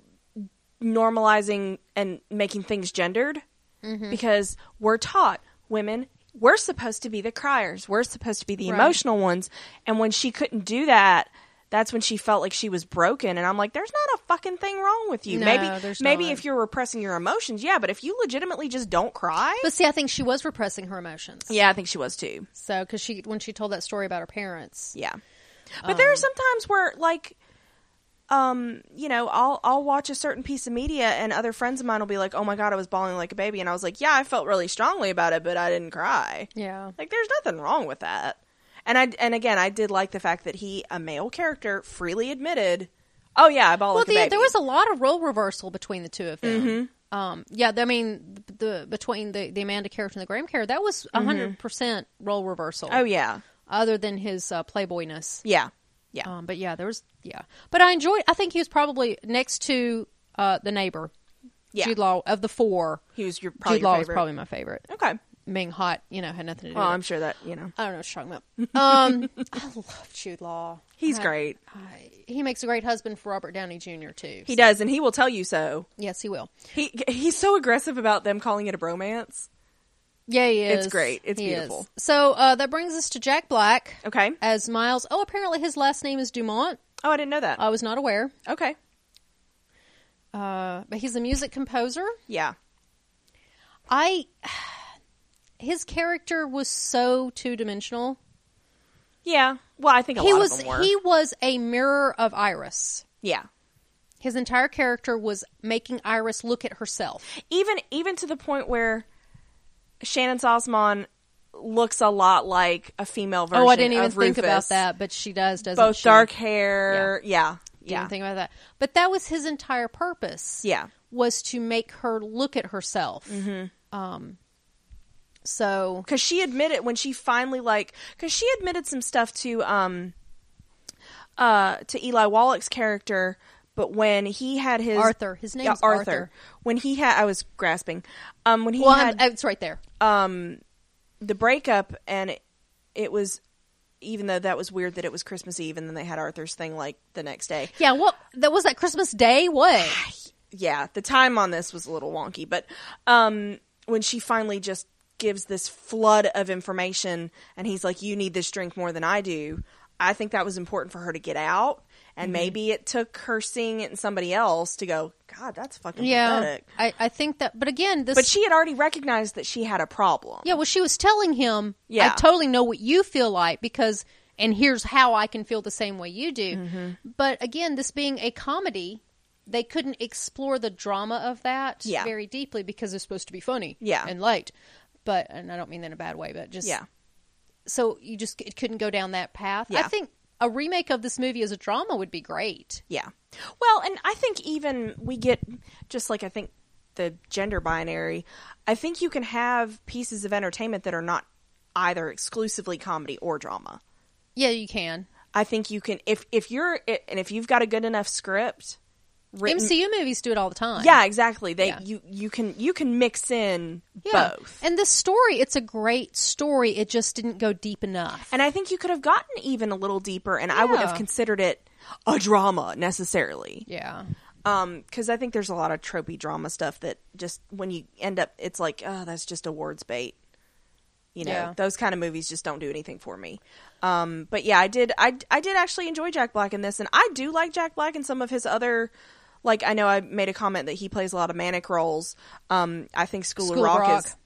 A: normalizing and making things gendered Mm-hmm. because we're taught women we're supposed to be the criers, we're supposed to be the
B: Right.
A: emotional ones, and when she couldn't do that. That's when she felt like she was broken, and I'm like, "There's not a fucking thing wrong with you.
B: No,
A: maybe,
B: there's
A: maybe
B: not.
A: if you're repressing your emotions, yeah. But if you legitimately just don't cry,
B: But see, I think she was repressing her emotions.
A: yeah, I think she was too.
B: So, because she when she told that story about her parents,
A: Yeah. But there
B: Um,
A: are some times where like um, you know, I'll I'll watch a certain piece of media and other friends of mine will be like, "Oh my god, I was bawling like a baby." And I was like, "Yeah, I felt really strongly about it, but I didn't cry."
B: yeah,
A: Like there's nothing wrong with that. And I and again, I did like the fact that he, a male character, freely admitted, "Oh yeah, I bawled
B: Well,
A: like a
B: the,
A: baby." Mm-hmm.
B: there was a lot of role reversal between the two of them. Um, yeah, I mean, the, the between the, the Amanda character and the Graham character, that was 100 percent role reversal.
A: Mm-hmm. Oh yeah.
B: other than his uh, playboyness.
A: Yeah. Yeah.
B: Um, but yeah, there was yeah. But I enjoyed. I think he was probably next to uh, the neighbor.
A: Yeah.
B: Jude Law of the four,
A: He was your probably
B: Jude Law
A: your
B: is
A: favorite.
B: probably my favorite.
A: okay.
B: Being hot, you know, had nothing to do.
A: Well,
B: with it.
A: I'm sure that you know
B: I don't know what you're talking about. Um, [laughs] I love Jude Law.
A: he's
B: I-
A: great.
B: I- he makes a great husband for Robert Downey Jr. too.
A: He
B: So-
A: does, and he will tell you so.
B: Yes, he will.
A: He he's so aggressive about them calling it a bromance.
B: Yeah, he
A: It's
B: is.
A: great. It's
B: He is.
A: beautiful.
B: So uh, that brings us to Jack Black
A: Okay.
B: as Miles. Oh, apparently his last name is Dumont.
A: Oh, I didn't know that.
B: I was not aware.
A: okay.
B: Uh, but he's a music composer.
A: Yeah.
B: I [sighs] his character was so two dimensional.
A: Yeah. Well, I think a
B: He
A: lot
B: was
A: of them were.
B: he was a mirror of Iris.
A: yeah.
B: His entire character was making Iris look at herself.
A: Even even to the point where Shannon Sosmon looks a lot like a female version.
B: Oh, I didn't even
A: of
B: think about
A: Rufus.
B: that, but she does, doesn't
A: Both
B: she?
A: dark hair. Yeah.
B: Didn't
A: Yeah.
B: think about that. But that was his entire purpose.
A: Yeah.
B: was to make her look at herself.
A: Mm-hmm.
B: Um, so
A: Because she admitted when she finally like because she admitted some stuff to um uh to Eli Wallach's character, but when he had his
B: Arthur, his name
A: Yeah,
B: is Arthur.
A: When he had, I was grasping. Um, when he
B: Well, I'm-
A: had
B: I- it's right there.
A: the breakup, and it, it was, even though that was weird that it was Christmas Eve, and then they had Arthur's thing like the next day.
B: Yeah, what that was that Christmas
A: [sighs]
B: Day? What?
A: Yeah, the time on this was a little wonky, but um, when she finally just gives this flood of information, and he's like, "You need this drink more than I do," I think that was important for her to get out. And maybe it took her seeing it in somebody else to go, God, that's fucking
B: Yeah,
A: pathetic.
B: I, I think that. But again, this.
A: But she had already recognized that she had a problem.
B: yeah, well, she was telling him.
A: Yeah.
B: I totally know what you feel like because, and here's how I can feel the same way you do. But again, this being a comedy, they couldn't explore the drama of that
A: Yeah.
B: very deeply because it's supposed to be funny.
A: Yeah.
B: and light. But and I don't mean that in a bad way, but just
A: Yeah.
B: so you just it couldn't go down that path. I
A: Yeah.
B: think a remake of this movie as a drama would be great.
A: Yeah. Well, and I think even we get just like I think the gender binary, I think you can have pieces of entertainment that are not either exclusively comedy or drama.
B: Yeah, you can.
A: I think you can if if you're and if you've got a good enough script written
B: MCU movies do it all the time.
A: Yeah, exactly. They
B: Yeah.
A: you you can you can mix in
B: Yeah.
A: both.
B: And this story, it's a great story. It just didn't go deep enough.
A: And I think you could have gotten even a little deeper and I would have
B: Yeah.
A: considered it a drama necessarily.
B: yeah.
A: Um, 'cause because i think there's a lot of tropey drama stuff that just when you end up it's like oh that's just awards bait you know
B: Yeah.
A: those kind of movies just don't do anything for me um but yeah i did I, I did actually enjoy jack black in this and i do like jack black in some of his other like i know i made a comment that he plays a lot of manic roles um i think school,
B: School
A: of
B: of
A: rock,
B: Rock.
A: is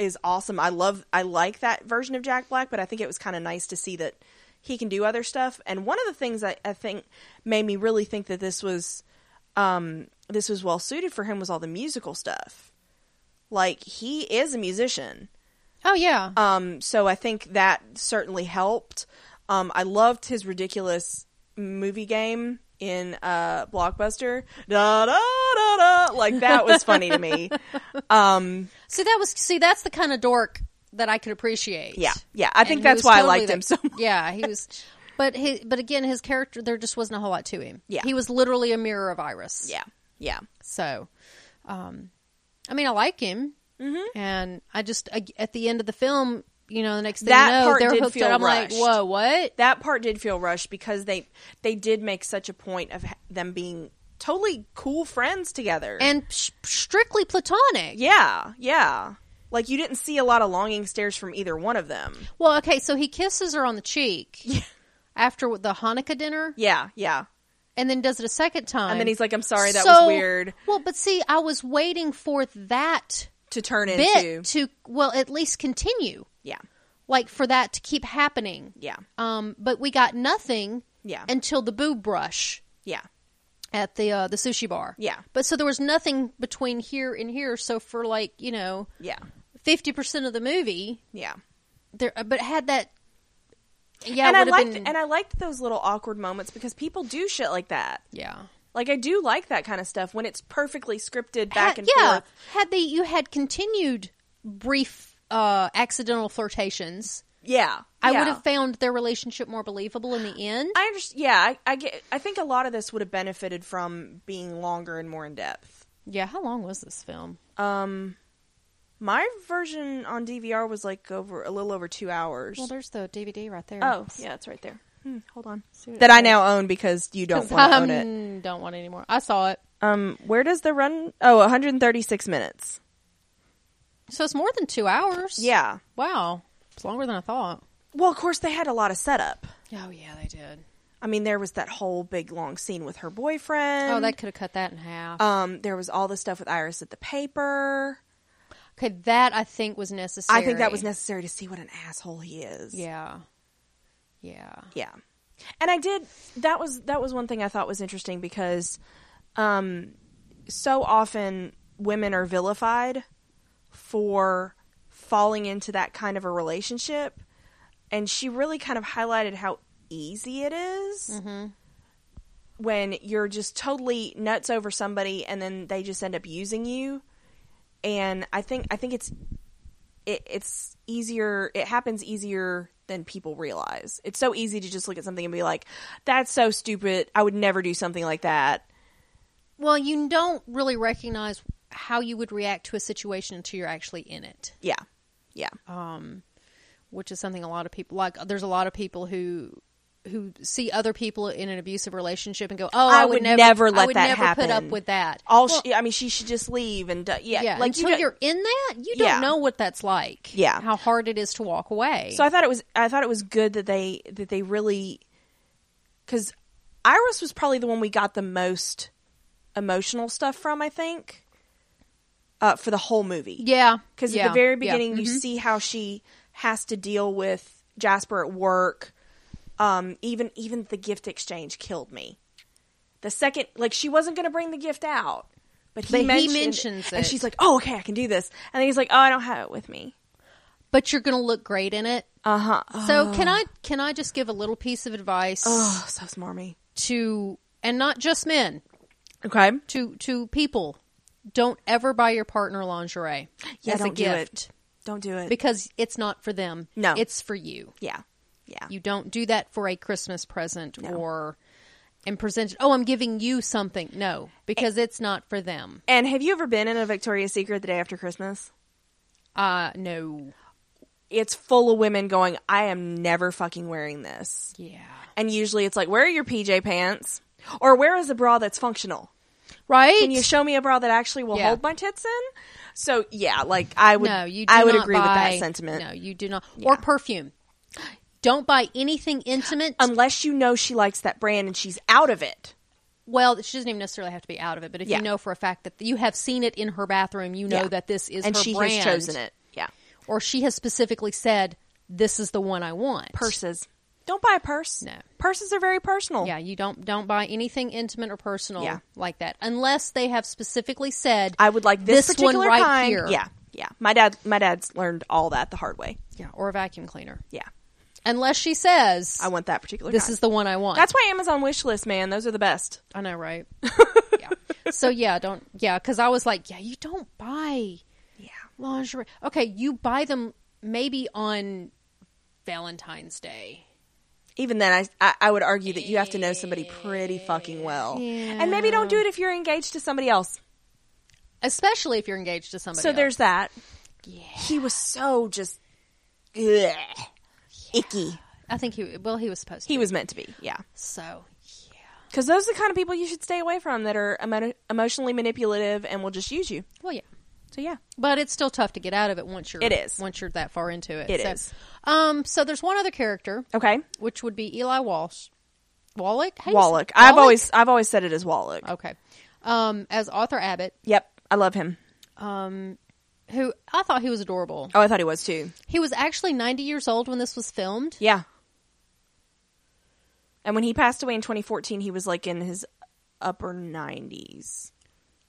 A: is awesome i love i like that version of jack black but i think it was kind of nice to see that he can do other stuff and one of the things that i think made me really think that this was um, this was well suited for him was all the musical stuff. Like he is a musician,
B: Oh yeah.
A: um, so I think that certainly helped. Um, I loved his ridiculous movie game in uh, Blockbuster. Da da da da. Like that was funny to me. [laughs] Um,
B: see that was see that's the kind of dork that I could appreciate.
A: Yeah. Yeah. I think
B: he
A: that's
B: was
A: why I
B: totally
A: liked
B: the- [laughs]
A: him so much.
B: Yeah, he was but he but again his character there just wasn't a whole lot to him.
A: Yeah.
B: He was literally a mirror of Iris.
A: yeah, yeah,
B: So, um, I mean, I like him, mm-hmm. and I just I, at the end of the film, you know, the next thing
A: That
B: you know,
A: part
B: they're
A: did
B: hooked
A: feel
B: up. I'm
A: rushed.
B: like, whoa, what?
A: that part did feel rushed because they they did make such a point of ha- them being totally cool friends together
B: And sh- strictly platonic.
A: Yeah, yeah. Like you didn't see a lot of longing stares from either one of them.
B: Well, okay, so he kisses her on the cheek after the Hanukkah dinner,
A: Yeah, yeah.
B: and then does it a second time.
A: And then he's like, "I'm sorry, that was
B: So-
A: weird."
B: Well, but see, I was waiting for that
A: To turn into
B: bit to well, at least continue,
A: yeah,
B: like for that to keep happening.
A: yeah,
B: Um, but we got nothing
A: Yeah.
B: until the boob brush.
A: yeah,
B: at the uh, the sushi bar.
A: Yeah.
B: But so there was nothing between here and here. So for like you know
A: yeah,
B: fifty percent of the movie,
A: yeah.
B: there uh, but had that. Yeah,
A: and
B: it
A: I
B: would have
A: liked
B: been,
A: and I liked those little awkward moments because people do shit like that.
B: yeah.
A: Like I do like that kind of stuff when it's perfectly scripted back
B: Had-
A: and
B: yeah,
A: forth.
B: had they you had continued brief uh, accidental flirtations,
A: Yeah,
B: I
A: yeah.
B: would have found their relationship more believable in the end.
A: I understand. Yeah, I, I get. I think a lot of this would have benefited from being longer and more in depth.
B: Yeah, how long was this film?
A: Um, my version on DVR was like over a little over two hours.
B: Well, there's the DVD right there.
A: oh, yeah, it's right there. Hmm, hold on.
B: See what it
A: That I
B: says.
A: now own because you don't
B: 'Cause
A: want to own
B: I'm- [laughs]
A: it.
B: Don't want it anymore. I saw it.
A: Um, where does the run? Oh, 136 minutes.
B: So it's more than two hours.
A: Yeah.
B: Wow. It's longer than I thought.
A: Well, of course they had a lot of setup.
B: Oh yeah, they did.
A: I mean, there was that whole big long scene with her boyfriend.
B: Oh, they could have cut that in half.
A: Um, there was all the stuff with Iris at the paper.
B: okay, that I think was necessary.
A: I think that was necessary to see what an asshole he is.
B: Yeah. Yeah.
A: Yeah. And I did that was that was one thing I thought was interesting because um so often women are vilified for falling into that kind of a relationship and she really kind of highlighted how easy it is when you're just totally nuts over somebody and then they just end up using you and I think I think it's it, it's easier it happens easier than people realize it's so easy to just look at something and be like that's so stupid i would never do something like that
B: Well, you don't really recognize how you would react to a situation until you're actually in it.
A: yeah yeah
B: um, which is something a lot of people like. There's a lot of people who who see other people in an abusive relationship and go, "Oh, I, would, never, I
A: let
B: would
A: that
B: never
A: happen
B: Put up with that."
A: all
B: Well,
A: she, i mean she should just leave and do, yeah,
B: yeah,
A: like you
B: until
A: don't-
B: you are in that, you don't
A: Yeah.
B: know what that's like.
A: Yeah.
B: how hard it is to walk away.
A: So I thought it was I thought it was good that they that they really cuz Iris was probably the one we got the most emotional stuff from, I think. Uh, for the whole movie.
B: yeah,
A: Cuz
B: yeah,
A: at the very
B: yeah. Mm-hmm.
A: beginning you see how she has to deal with Jasper at work. Um even even the gift exchange killed me. The second like she wasn't going to bring the gift out. But he,
B: But he
A: mentioned,
B: mentions
A: and
B: it.
A: she's like, "Oh, okay, I can do this." And then he's like, "Oh, I don't have it with me."
B: but you're gonna look great in it.
A: Uh-huh.
B: So can I can I just give a little piece of advice
A: Oh, [sighs] so smarmy.
B: to and not just men
A: Okay.
B: to to people? Don't ever buy your partner lingerie
A: Yeah,
B: as a
A: don't do it.
B: gift.
A: Don't do it.
B: because it's not for them.
A: No.
B: it's for you.
A: yeah. Yeah.
B: You don't do that for a Christmas present or and present. it, Oh, I'm giving you something. No, because it's not for them.
A: and have you ever been in a Victoria's Secret the day after Christmas?
B: Uh no.
A: It's full of women going, I am never fucking wearing this.
B: Yeah.
A: And usually it's like, where are your PJ pants? Or where is a bra that's functional?
B: Right.
A: Can you show me a bra that actually will
B: Yeah.
A: hold my tits in? So yeah, like I would,
B: no, you. Do
A: I would
B: not
A: agree with that
B: buy-
A: sentiment.
B: No, you do not. Or perfume. Don't buy anything intimate.
A: Unless you know she likes that brand and she's out of it.
B: well, she doesn't even necessarily have to be out of it, but if
A: Yeah.
B: you know for a fact that you have seen it in her bathroom, you know
A: Yeah.
B: that this is
A: and
B: her
A: she has
B: brand,
A: chosen it. Yeah.
B: or she has specifically said this is the one I want.
A: Purses. Don't buy a purse.
B: No.
A: Purses are very personal.
B: Yeah, you don't don't buy anything intimate or personal
A: Yeah.
B: like that unless they have specifically said
A: I would like this,
B: one
A: particular
B: right
A: kind.
B: here.
A: Yeah, yeah. My dad, my dad's learned all that the hard way.
B: yeah, or a vacuum cleaner.
A: Yeah,
B: Unless she says
A: I want that particular.
B: this
A: kind.
B: is the one I want.
A: that's why Amazon wish list, man. Those are the best.
B: I
A: [laughs]
B: know, right? yeah. So yeah, don't yeah, because I was like, yeah, you don't buy
A: Yeah,
B: lingerie. Okay, you buy them maybe on Valentine's Day.
A: even then, I, I I would argue that you have to know somebody pretty fucking well, and maybe don't do it if you're engaged to somebody else.
B: Especially if you're engaged to somebody.
A: so
B: else.
A: there's that.
B: yeah.
A: He was so just ugh, icky.
B: I think he well he was supposed to.
A: He was meant to be. Yeah,
B: so
A: because those are the kind of people you should stay away from that are emo- emotionally manipulative and will just use you.
B: well yeah.
A: So yeah,
B: But it's still tough to get out of it once you're
A: It is.
B: once you're that far into it.
A: It
B: It so,
A: is.
B: Um, so there's one other character,
A: okay.
B: which would be Eli Walsh, Wallach. How you say-
A: Wallach. I've always I've always said it as Wallach.
B: okay, um, as Arthur Abbott,
A: Yep, I love him.
B: um, who I thought he was adorable.
A: Oh, I thought he was too.
B: He was actually 90 years old when this was filmed.
A: Yeah. And when he passed away in 2014, he was like in his upper 90s.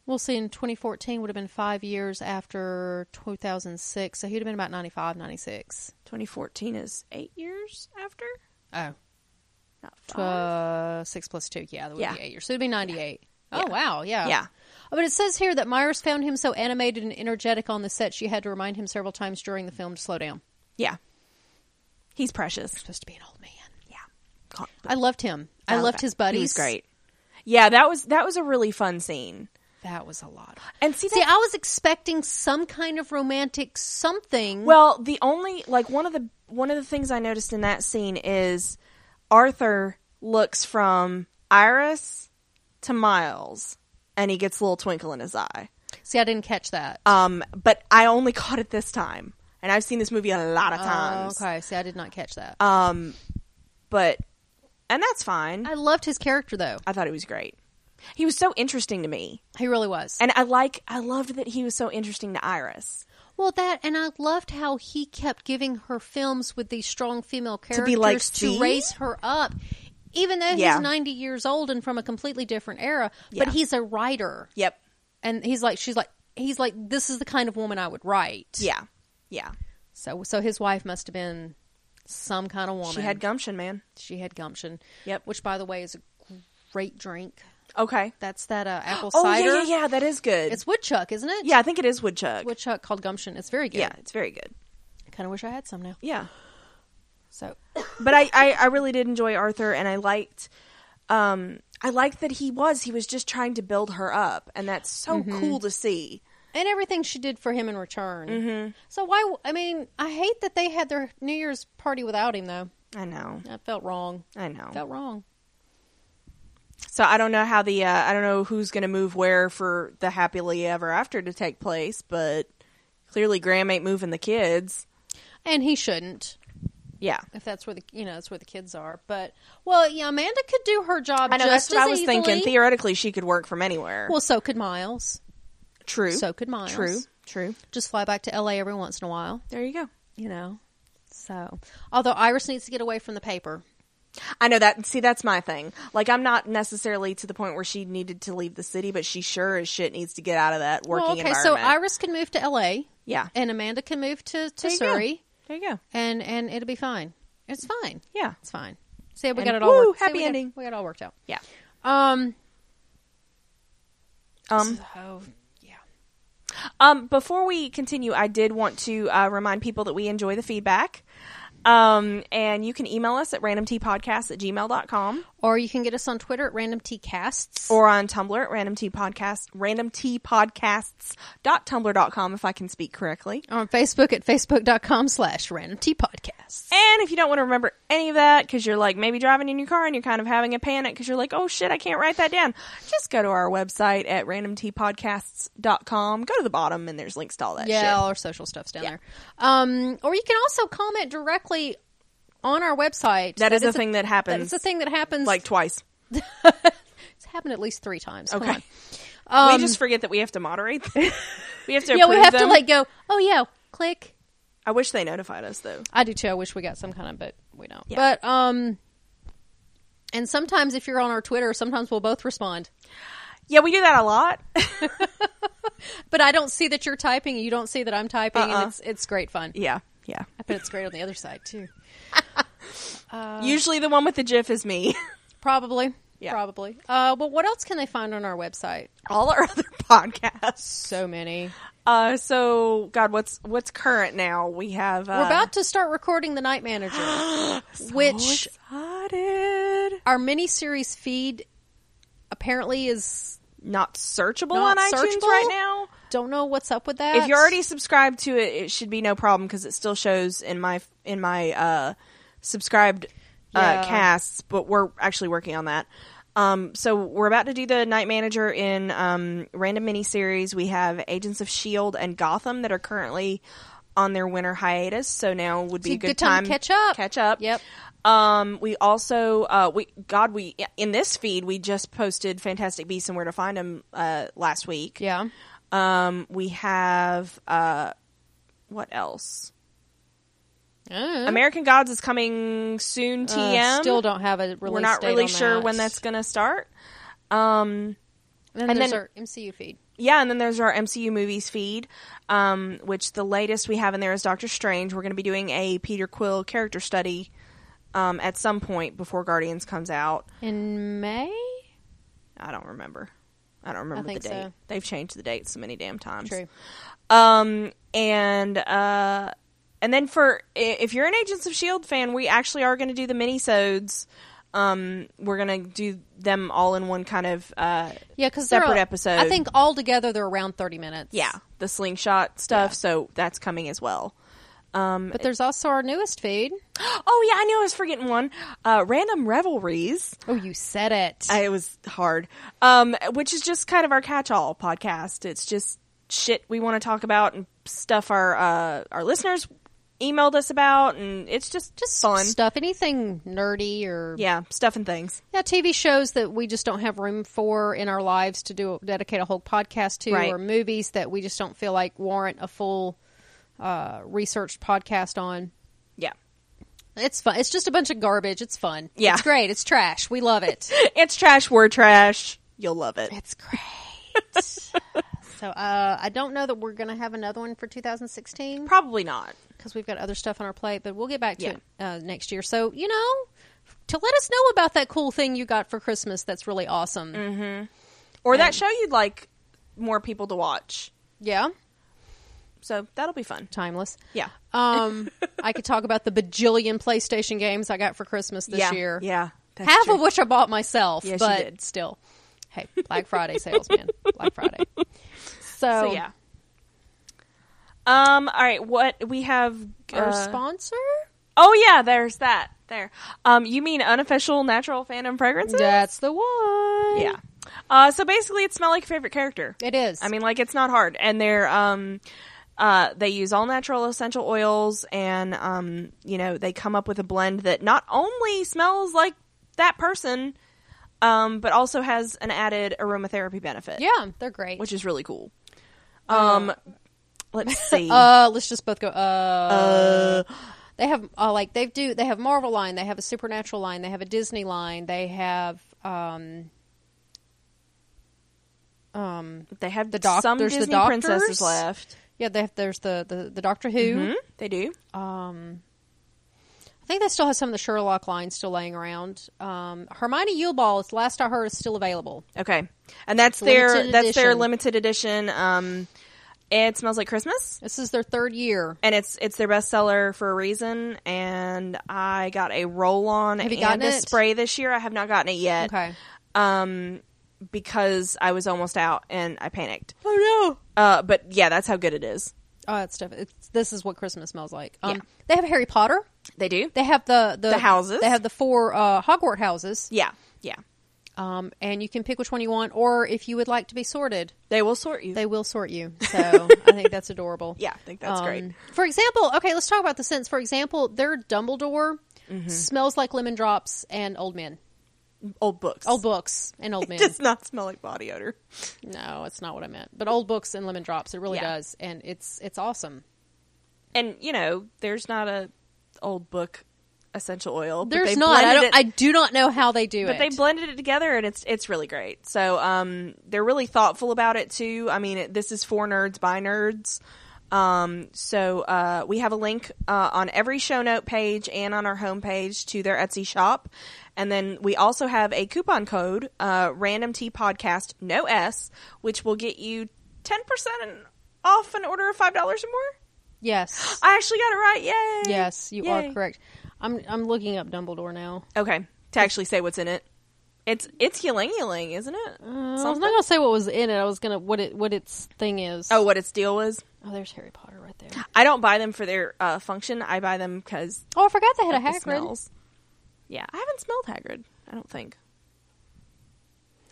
B: We'll see. In 2014 would have been five years after 2006, so he'd have been about 95, 96.
A: 2014 is eight years after,
B: Oh,
A: not five.
B: uh, six plus two. Yeah, that would
A: Yeah.
B: be eight years. So it'd be 98. Oh wow, yeah,
A: Yeah.
B: Oh, But it says here that Myers found him so animated and energetic on the set, she had to remind him several times during the film to slow down.
A: Yeah, he's precious.
B: Supposed to be an old man.
A: Yeah, Con-
B: I loved him. I loved his buddies.
A: He was great. Yeah, that was that was a really fun scene.
B: that was a lot. of-
A: And see,
B: See,
A: that's-
B: I was expecting some kind of romantic something.
A: Well, the only like one of the one of the things I noticed in that scene is Arthur looks from Iris to Miles and he gets a little twinkle in his eye.
B: See, I didn't catch that.
A: Um but I only [laughs] caught it this time. And I've seen this movie a lot of
B: Oh,
A: times. Um,
B: okay, see, I did not catch that.
A: But and that's fine.
B: I loved his character though.
A: I thought he was great. He was so interesting to me.
B: He really was.
A: And I like I loved that he was so interesting to Iris.
B: well, that and I loved how he kept giving her films with these strong female characters
A: be like,
B: to
A: "See?"
B: raise her up. Even though
A: Yeah.
B: he's 90 years old and from a completely different era,
A: Yeah.
B: but he's a writer.
A: Yep.
B: And he's like she's like he's like this is the kind of woman I would write.
A: Yeah. Yeah.
B: So so his wife must have been some kind of woman.
A: She had gumption, man.
B: she had gumption.
A: Yep.
B: Which by the way is a great drink.
A: Okay.
B: That's
A: [gasps]
B: that uh, apple
A: Oh
B: cider.
A: yeah, yeah, yeah, that is good.
B: It's woodchuck, isn't it?
A: Yeah, I think it is woodchuck.
B: Woodchuck called gumption. It's very good.
A: yeah, it's very good.
B: Kind of wish I had some now. [gasps]
A: Yeah,
B: So
A: but I, I, I really did enjoy Arthur, and I liked, um, I liked that he was he was just trying to build her up, and that's so
B: Mm-hmm.
A: cool to see.
B: and everything she did for him in return.
A: Mm-hmm.
B: So why? I mean, I hate that they had their New Year's party without him, though.
A: I know,
B: That felt wrong.
A: I know.
B: Felt wrong.
A: So I don't know how the uh, I don't know who's going to move where for the happily ever after to take place, but clearly Graham ain't moving the kids.
B: And he shouldn't,
A: Yeah,
B: if that's where the you know that's where the kids are. But well, yeah, Amanda could do her job.
A: I know that's
B: just
A: what
B: as
A: I was
B: easily.
A: thinking. Theoretically, she could work from anywhere.
B: well, so could Miles.
A: true,
B: So could Miles.
A: true, true.
B: Just fly back to L.A. every once in a while,
A: There you go.
B: you know. So, although Iris needs to get away from the paper.
A: I know that. See, that's my thing. Like, I'm not necessarily to the point where she needed to leave the city, but she sure as shit needs to get out of that working
B: Well, okay, so
A: environment.
B: Iris can move to L.A.
A: yeah,
B: and Amanda can move to to
A: There you go.
B: Surrey,
A: there you go.
B: and and it'll be fine. It's fine.
A: Yeah,
B: It's fine. See, we
A: And
B: got it all.
A: woo,
B: worked. see,
A: happy
B: we got-
A: ending.
B: we got it all worked out.
A: yeah.
B: Um.
A: Um,
B: so, yeah.
A: um. Before we continue, I did want to uh, remind people that we enjoy the feedback. Um, and you can email us at randomtpodcast at gmail.com
B: Or you can get us on Twitter at Random Tea Casts.
A: or on Tumblr at randomtpodcast, randomtpodcasts.tumblr.com if I can speak correctly.
B: on Facebook at facebook.com slash Random Tea Podcasts.
A: And if you don't want to remember any of that because you're like maybe driving in your car and you're kind of having a panic because you're like, oh shit, I can't write that down, just go to our website at randomtpodcasts.com. Go to the bottom and there's links to all that
B: Yeah,
A: shit.
B: all our social stuff's down there. Um, or you can also comment directly on our website.
A: that is a thing that
B: That
A: happens
B: is a thing that happens.
A: like twice.
B: it's happened at least three times. Come
A: Okay.
B: on. Um,
A: we just forget that we have to moderate.
B: [laughs]
A: them. we have to
B: yeah, we
A: approve
B: have to
A: them.
B: like go. Oh yeah, click.
A: I wish they notified us though.
B: I do too. I wish we got some kind of, but we don't.
A: Yeah.
B: But um, and sometimes if you're on our Twitter, sometimes we'll both respond.
A: Yeah, we do that a lot.
B: But I don't see that you're typing. You don't see that I'm typing.
A: Uh-uh.
B: And it's it's great fun.
A: [laughs] yeah, yeah.
B: I bet it's great on the other side too.
A: Usually the one with the GIF is me. [laughs]
B: Probably.
A: Yeah.
B: Probably. Uh, but what else can they find on our website?
A: all our other podcasts.
B: So many.
A: Uh, so God, what's what's current now? We have uh,
B: We're about to start recording the Night
A: [gasps]
B: Manager, which
A: excited.
B: our mini series feed apparently is.
A: Not searchable
B: Not
A: on iTunes
B: searchable?
A: right now.
B: Don't know what's up with that.
A: If you're already subscribed to it, it should be no problem because it still shows in my in my uh, subscribed uh,
B: Yeah.
A: casts. But we're actually working on that. Um, so we're about to do the Night Manager in um, random miniseries. We have Agents of Shield E and Gotham that are currently on their winter hiatus. So now would be
B: It's
A: a good, time,
B: to catch up.
A: Catch up.
B: Yep.
A: Um, we also, uh, we God, we in this feed we just posted Fantastic Beasts and Where to Find Them uh, last week.
B: Yeah.
A: Um, we have uh, what else?
B: Uh,
A: American Gods is coming soon. TM.
B: still don't have a release
A: We're not
B: date
A: really
B: on
A: sure
B: that.
A: when that's going to start.
B: And,
A: and
B: there's
A: then-
B: our MCU feed.
A: Yeah, and then there's our MCU movies feed, um, which the latest we have in there is Doctor Strange. We're going to be doing a Peter Quill character study um, at some point before Guardians comes out.
B: In May?
A: I don't remember. I don't remember
B: think
A: the date.
B: so.
A: They've changed the date so many damn times.
B: True.
A: Um, and uh, E and then for i- if you're an Agents of Shield fan, we actually are going to do the minisodes Um, we're gonna do them all in one kind of uh,
B: Yeah, because
A: Separate episode.
B: I think all together they're around thirty minutes.
A: yeah the slingshot stuff. So that's coming as well.
B: but there's also our newest feed.
A: Oh yeah, I knew I was forgetting one. Uh, random revelries.
B: Oh, you said it.
A: I, it was hard. Um, which is just kind of our catch-all podcast. It's just shit we want to talk about and stuff our uh, our listeners emailed us about, and it's just just fun.
B: stuff anything nerdy or yeah.
A: yeah, stuff and things.
B: tv shows that we just don't have room for in our lives to do dedicate a whole podcast to
A: Right.
B: or movies that we just don't feel like warrant a full uh, researched podcast on
A: Yeah, [laughs]
B: it's fun it's just a bunch of garbage it's fun
A: Yeah.
B: it's great it's trash we love it
A: it's trash. We're trash. You'll love it.
B: it's great [laughs] so uh, i don't know that we're gonna have another one for 2016
A: Probably not.
B: because we've got other stuff on our plate, but we'll get back to
A: Yeah.
B: it uh, next year. So, you know, to let us know about that cool thing you got for Christmas that's really awesome.
A: Mm-hmm. Or that show you'd like more people to watch.
B: Yeah.
A: So that'll be fun.
B: Timeless.
A: Yeah. [laughs]
B: Um, I could talk about the bajillion PlayStation games I got for Christmas this
A: yeah.
B: year.
A: Yeah. that's
B: Half
A: true.
B: of which I bought myself,
A: Yes, you
B: but
A: did.
B: still. Hey, Black Friday salesman. Black Friday. So,
A: [laughs] So yeah. Um. All right. What we have?
B: our
A: uh,
B: sponsor?
A: oh yeah. There's that. There. Um. You mean unofficial natural fandom fragrances?
B: That's the one.
A: Yeah. Uh. So basically, it's smell like your favorite character.
B: It is.
A: I mean, like it's not hard, and they're um, uh, they use all natural essential oils, and um, you know, they come up with a blend that not only smells like that person, um, but also has an added aromatherapy benefit.
B: yeah, they're great.
A: which is really cool. Um,
B: [laughs]
A: let's see.
B: Uh, let's just both go. Uh, they have uh, like they do. They have Marvel line. They have a Supernatural line. They have a Disney line. They have um, um,
A: they have
B: the
A: the
B: doc-
A: some
B: there's the
A: Disney
B: doctors.
A: princesses left. Hmm?
B: yeah. They have there's the the, the Doctor Who.
A: They do.
B: Um, I think they still have some of the Sherlock lines still laying around. Um, Hermione Yuleball, is last I heard, is still available.
A: Okay, and that's their
B: Limited
A: that's their
B: edition.
A: limited edition. Um, it smells like Christmas.
B: This is their third year.
A: and it's it's their bestseller for a reason. And I got a roll on
B: Have you
A: and
B: gotten
A: a
B: it?
A: spray this year. I have not gotten it yet
B: Okay.
A: um, because I was almost out and I panicked.
B: Oh no.
A: Uh, but yeah, that's how good it is.
B: Oh, that's stuff. It's, this is what Christmas smells like. Um, They have Harry Potter.
A: They do.
B: They have the, the
A: The houses.
B: They have the four uh, Hogwarts houses,
A: yeah, yeah.
B: um, and you can pick which one you want, or if you would like to be sorted,
A: They will sort you.
B: they will
A: [laughs]
B: sort you. So I think that's adorable.
A: yeah, I think that's
B: Um,
A: great.
B: For example, okay, let's talk about the scents. For example, their Dumbledore
A: Mm-hmm.
B: smells like lemon drops and old men,
A: Old [laughs] books.
B: old books and old men.
A: It does not smell like body odor.
B: No, it's not what I meant, but old books and lemon drops. It really
A: Yeah.
B: does, and it's it's awesome.
A: And you know, there's not a old book essential oil. but
B: There's
A: they
B: not. I
A: blended it-
B: don't. I do not know how they do
A: but
B: it.
A: they blended it together and it's it's really great so um they're really thoughtful about it too i mean it, this is for nerds by nerds um so uh we have a link uh, on every show note page and on our homepage to their etsy shop and then we also have a coupon code uh random tea podcast no s which will get you 10% and- off an order of $5 or more
B: yes.
A: i actually got it right [gasps] yay
B: Yes, you are
A: Yay.
B: correct. I'm I'm looking up Dumbledore now.
A: okay to actually say what's in it it's it's ylang ylang isn't it
B: I was
A: Something?
B: not gonna say what was in it. I was gonna what it what its thing is.
A: Oh, what its deal was?
B: oh, there's Harry Potter right there.
A: I don't buy them for their uh, function. I buy them because
B: Oh, I forgot they had a
A: the
B: Hagrid.
A: smells. Yeah, I haven't smelled Hagrid. I don't think.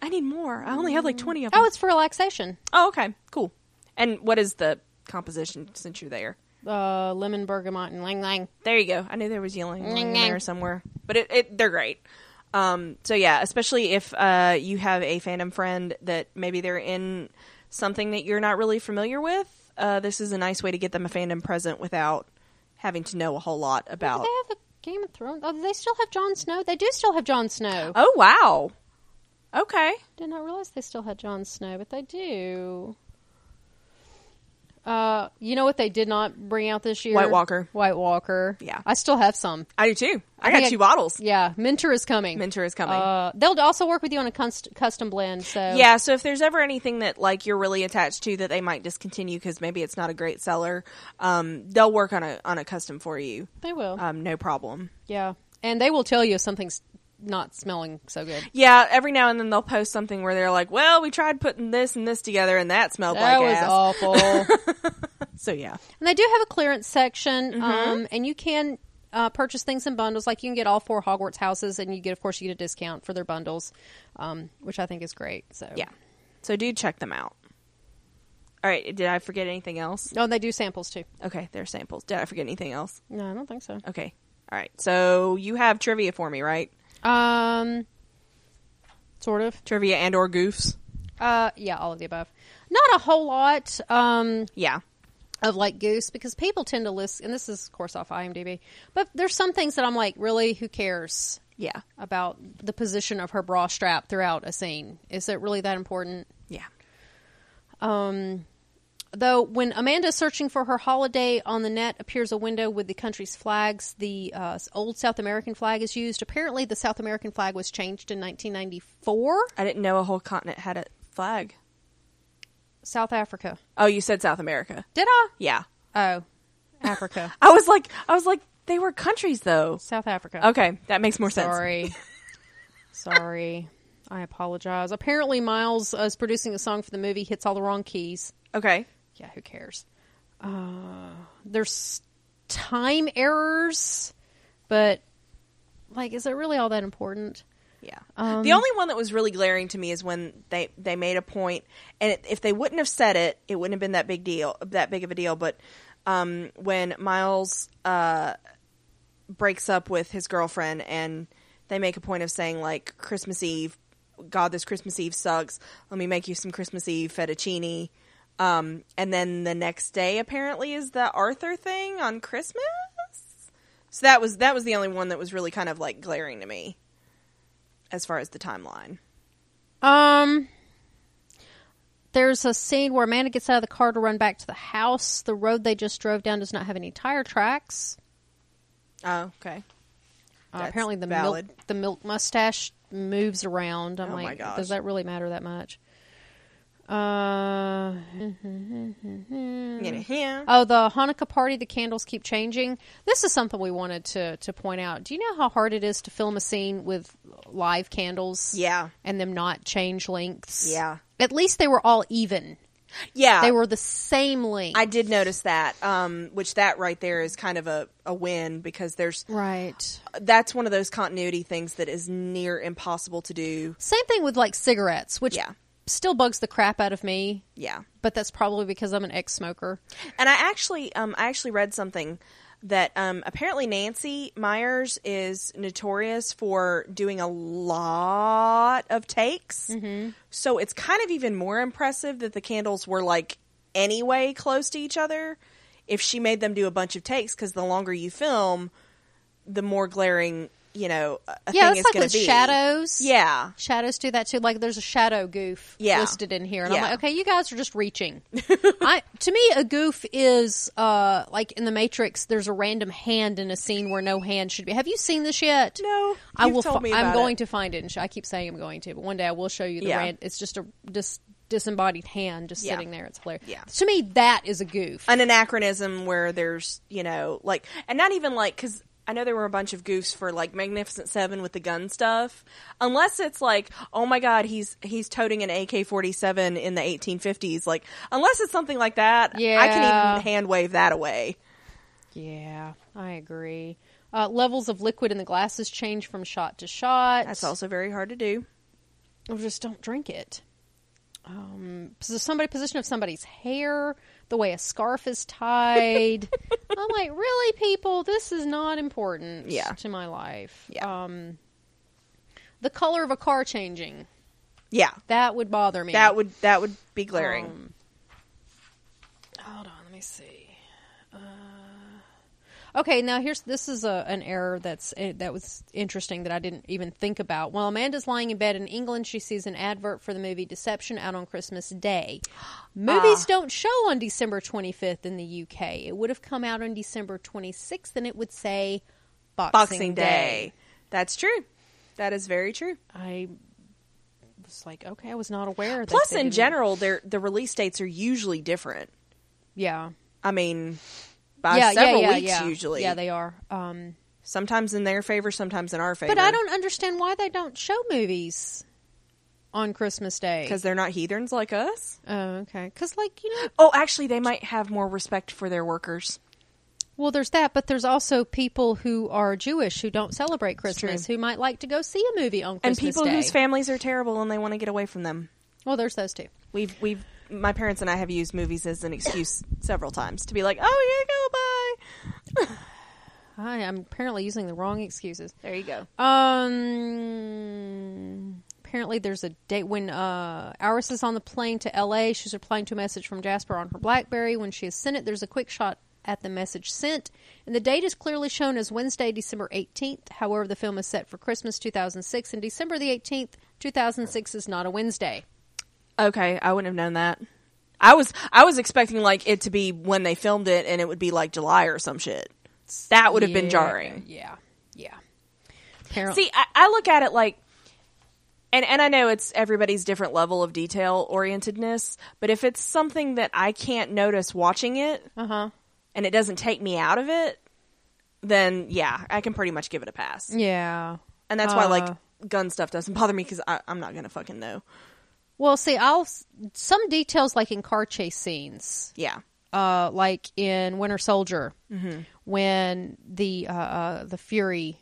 A: I need more. I only have like twenty of them.
B: Oh, it's for relaxation.
A: Oh, okay, cool. And what is the composition since you're there?
B: Uh, lemon bergamot and lang lang.
A: There you go. I knew there was yelling in
B: nyang.
A: there somewhere, but it, it they're great. Um, so yeah, especially if uh, you have a fandom friend that maybe they're in something that you're not really familiar with. Uh, this is a nice way to get them a fandom present without having to know a whole lot
B: Do
A: about.
B: they have a Game of Thrones? Oh, do they still have Jon Snow? They do still have Jon Snow.
A: Oh wow, okay,
B: Did not realize they still had Jon Snow, but they do. Uh, you know what they did not bring out this year?
A: White Walker.
B: White Walker.
A: Yeah.
B: I still have some.
A: I do too. I,
B: I
A: got
B: think
A: two
B: I-
A: bottles.
B: Yeah, Mentor is coming.
A: Mentor is coming. Oh.
B: Uh, they'll also work with you on a cust- custom blend. So
A: Yeah, so if there's ever anything that like you're really attached to that they might discontinue because maybe it's not a great seller, um, they'll work on a on a custom for you.
B: they will.
A: um, no problem.
B: yeah, and they will tell you if something's not smelling so good.
A: Yeah, every now and then they'll post something where they're like, "Well, we tried putting this and this together, and that smelled
B: That
A: like
B: was Oh.
A: ass."
B: awful.
A: So yeah,
B: [laughs] And they do have a clearance section, um, and you can uh, purchase things in bundles. Like you can get all four Hogwarts houses, and you get, of course, you get a discount for their bundles, um, which I think is great. So
A: yeah. So do check them out. All right, did I forget anything else?
B: no, Oh, and they do samples too.
A: Okay, they're samples. Did I forget anything else?
B: No, I don't think so.
A: Okay, all right. So you have trivia for me, right?
B: Um, sort of.
A: Trivia and or goofs?
B: Uh, yeah, all of the above. Not a whole lot. Um,
A: Yeah.
B: of like Goose because people tend to list, and this is of course off IMDb, but there's some things that I'm like, really, who cares
A: Yeah.
B: about the position of her bra strap throughout a scene? Is it really that important?
A: Yeah.
B: Um, though when Amanda's searching for her holiday on the net, appears a window with the country's flags. The uh, old South American flag is used. Apparently, the South American flag was changed in 1994.
A: I didn't know a whole continent had a flag.
B: South Africa.
A: Oh, you said South America.
B: Did I?
A: Yeah.
B: Oh, Africa.
A: I was like I was like they were countries though.
B: [laughs] South Africa.
A: Okay, that makes more sense.
B: Sorry. Sorry. I apologize. Apparently, Miles uh, is producing a song for the movie, hits all the wrong keys.
A: Okay.
B: Yeah, who cares? Uh, there's time errors, but, like, is it really all that important?
A: Yeah.
B: Um,
A: the only one that was really glaring to me is when they they made a point, and it, if they wouldn't have said it, it wouldn't have been that big deal, that big of a deal. But um, when Miles uh, breaks up with his girlfriend, and they make a point of saying like Christmas Eve, God, this Christmas Eve sucks. Let me make you some Christmas Eve fettuccine. Um, and then the next day apparently is the Arthur thing on Christmas. So that was that was the only one that was really kind of like glaring to me as far as the timeline.
B: Um, there's a scene where Amanda gets out of the car to run back to the house. The road they just drove down does not have any tire tracks.
A: Oh, okay.
B: Uh,
A: That's
B: apparently, the
A: valid.
B: milk the milk mustache moves around. I'm
A: Oh
B: like,
A: my gosh.
B: does that really matter that much? Uh,
A: Yeah.
B: oh, the Hanukkah party, the candles keep changing. This is something we wanted to to point out. Do you know how hard it is to film a scene with live candles?
A: Yeah.
B: and them not change lengths.
A: Yeah.
B: at least they were all even.
A: Yeah.
B: They were the same length.
A: I did notice that, um, which that right there is kind of a, a win because there's
B: right.
A: that's one of those continuity things that is near impossible to do.
B: Same thing with like cigarettes, which
A: Yeah.
B: still bugs the crap out of me.
A: Yeah.
B: But that's probably because I'm an ex-smoker.
A: And I actually, um, I actually read something that um, apparently Nancy Myers is notorious for doing a lot of takes.
B: Mm-hmm.
A: So it's kind of even more impressive that the candles were like anyway close to each other. If she made them do a bunch of takes, because the longer you film, the more glaring, you know, a a
B: Yeah,
A: thing
B: that's
A: is
B: like
A: going
B: with
A: to be.
B: shadows.
A: Yeah,
B: Shadows do that too. Like there's a shadow goof
A: Yeah.
B: listed in here, and I'm
A: Yeah.
B: like, okay, you guys are just
A: [laughs]
B: reaching. I to me, a goof is uh like in the Matrix. There's a random hand in a scene where no hand should be. Have you seen this yet?
A: No,
B: I
A: you've
B: will.
A: told
B: fi-
A: me
B: I'm
A: about
B: going
A: it.
B: to find it. And sh- I keep saying I'm going to, but one day I will show you the.
A: Yeah.
B: Ran- it's just a dis- disembodied hand just
A: Yeah.
B: sitting there. It's hilarious.
A: Yeah.
B: To me, that is a goof.
A: an anachronism where there's you know like and not even like because i know there were a bunch of goofs for like magnificent seven with the gun stuff unless it's like oh my god he's he's toting an ak-47 in the 1850s like unless it's something like that i can
B: Yeah.
A: even hand wave that away
B: yeah, I agree. Uh, levels of liquid in the glasses change from shot to shot.
A: that's also very hard to do
B: or just don't drink it. Um, so somebody position of somebody's hair, the way a scarf is
A: [laughs]
B: tied. I'm like, really, people, this is not important
A: Yeah.
B: to my life.
A: Yeah.
B: Um, the color of a car changing
A: yeah
B: that would bother me.
A: that would that would be glaring
B: Um, hold on, let me see. Uh, okay, now here's this is a, an error that's eh, that was interesting that I didn't even think about. While Amanda's lying in bed in England, she sees an advert for the movie Deception out on
A: [gasps]
B: Christmas Day.
A: Ah.
B: Movies don't show on December 25th in the UK. It would have come out on December 26th, and it would say Boxing,
A: boxing day that's true that is very true
B: I was like, okay, I was not aware. that
A: plus
B: they
A: in
B: didn't-
A: general their the release dates are usually different
B: yeah.
A: i mean by uh, several weeks usually
B: Yeah, they are. Um,
A: Sometimes in their favor, sometimes in our favor.
B: But I don't understand why they don't show movies on Christmas Day.
A: because they're not heathens like us.
B: oh, okay. Because like you know,
A: Oh, actually, they might have more respect for their workers.
B: well, there's that, but there's also people who are Jewish who don't celebrate Christmas who might like to go see a movie on
A: and
B: Christmas
A: people
B: Day.
A: whose families are terrible and they want to get away from them.
B: well, there's those two.
A: We've we've my parents and I have used movies as an excuse several times to be like, "Oh yeah, go bye."
B: I am apparently using the wrong excuses.
A: There you go.
B: Um. Apparently, there's a date when uh, Iris is on the plane to LA. She's replying to a message from Jasper on her Blackberry. When she has sent it, there's a quick shot at the message sent, and the date is clearly shown as Wednesday, December 18th. However, the film is set for Christmas 2006, and December the 18th, 2006 is not a Wednesday.
A: Okay, I wouldn't have known that. I was I was expecting like it to be when they filmed it and it would be like July or some shit. That would have been
B: Yeah,
A: jarring.
B: Yeah, yeah.
A: [laughs]
B: Apparently,
A: See, I, I look at it like, and and I know it's everybody's different level of detail orientedness, but if it's something that I can't notice watching it,
B: uh huh.
A: and it doesn't take me out of it, then yeah, I can pretty much give it a pass.
B: Yeah.
A: And that's why like
B: Uh.
A: gun stuff doesn't [laughs] bother me because I'm not gonna fucking know.
B: Well, see, I'll some details like in car chase scenes.
A: Yeah,
B: uh, like in Winter Soldier,
A: Mm-hmm.
B: when the uh, uh, the Fury,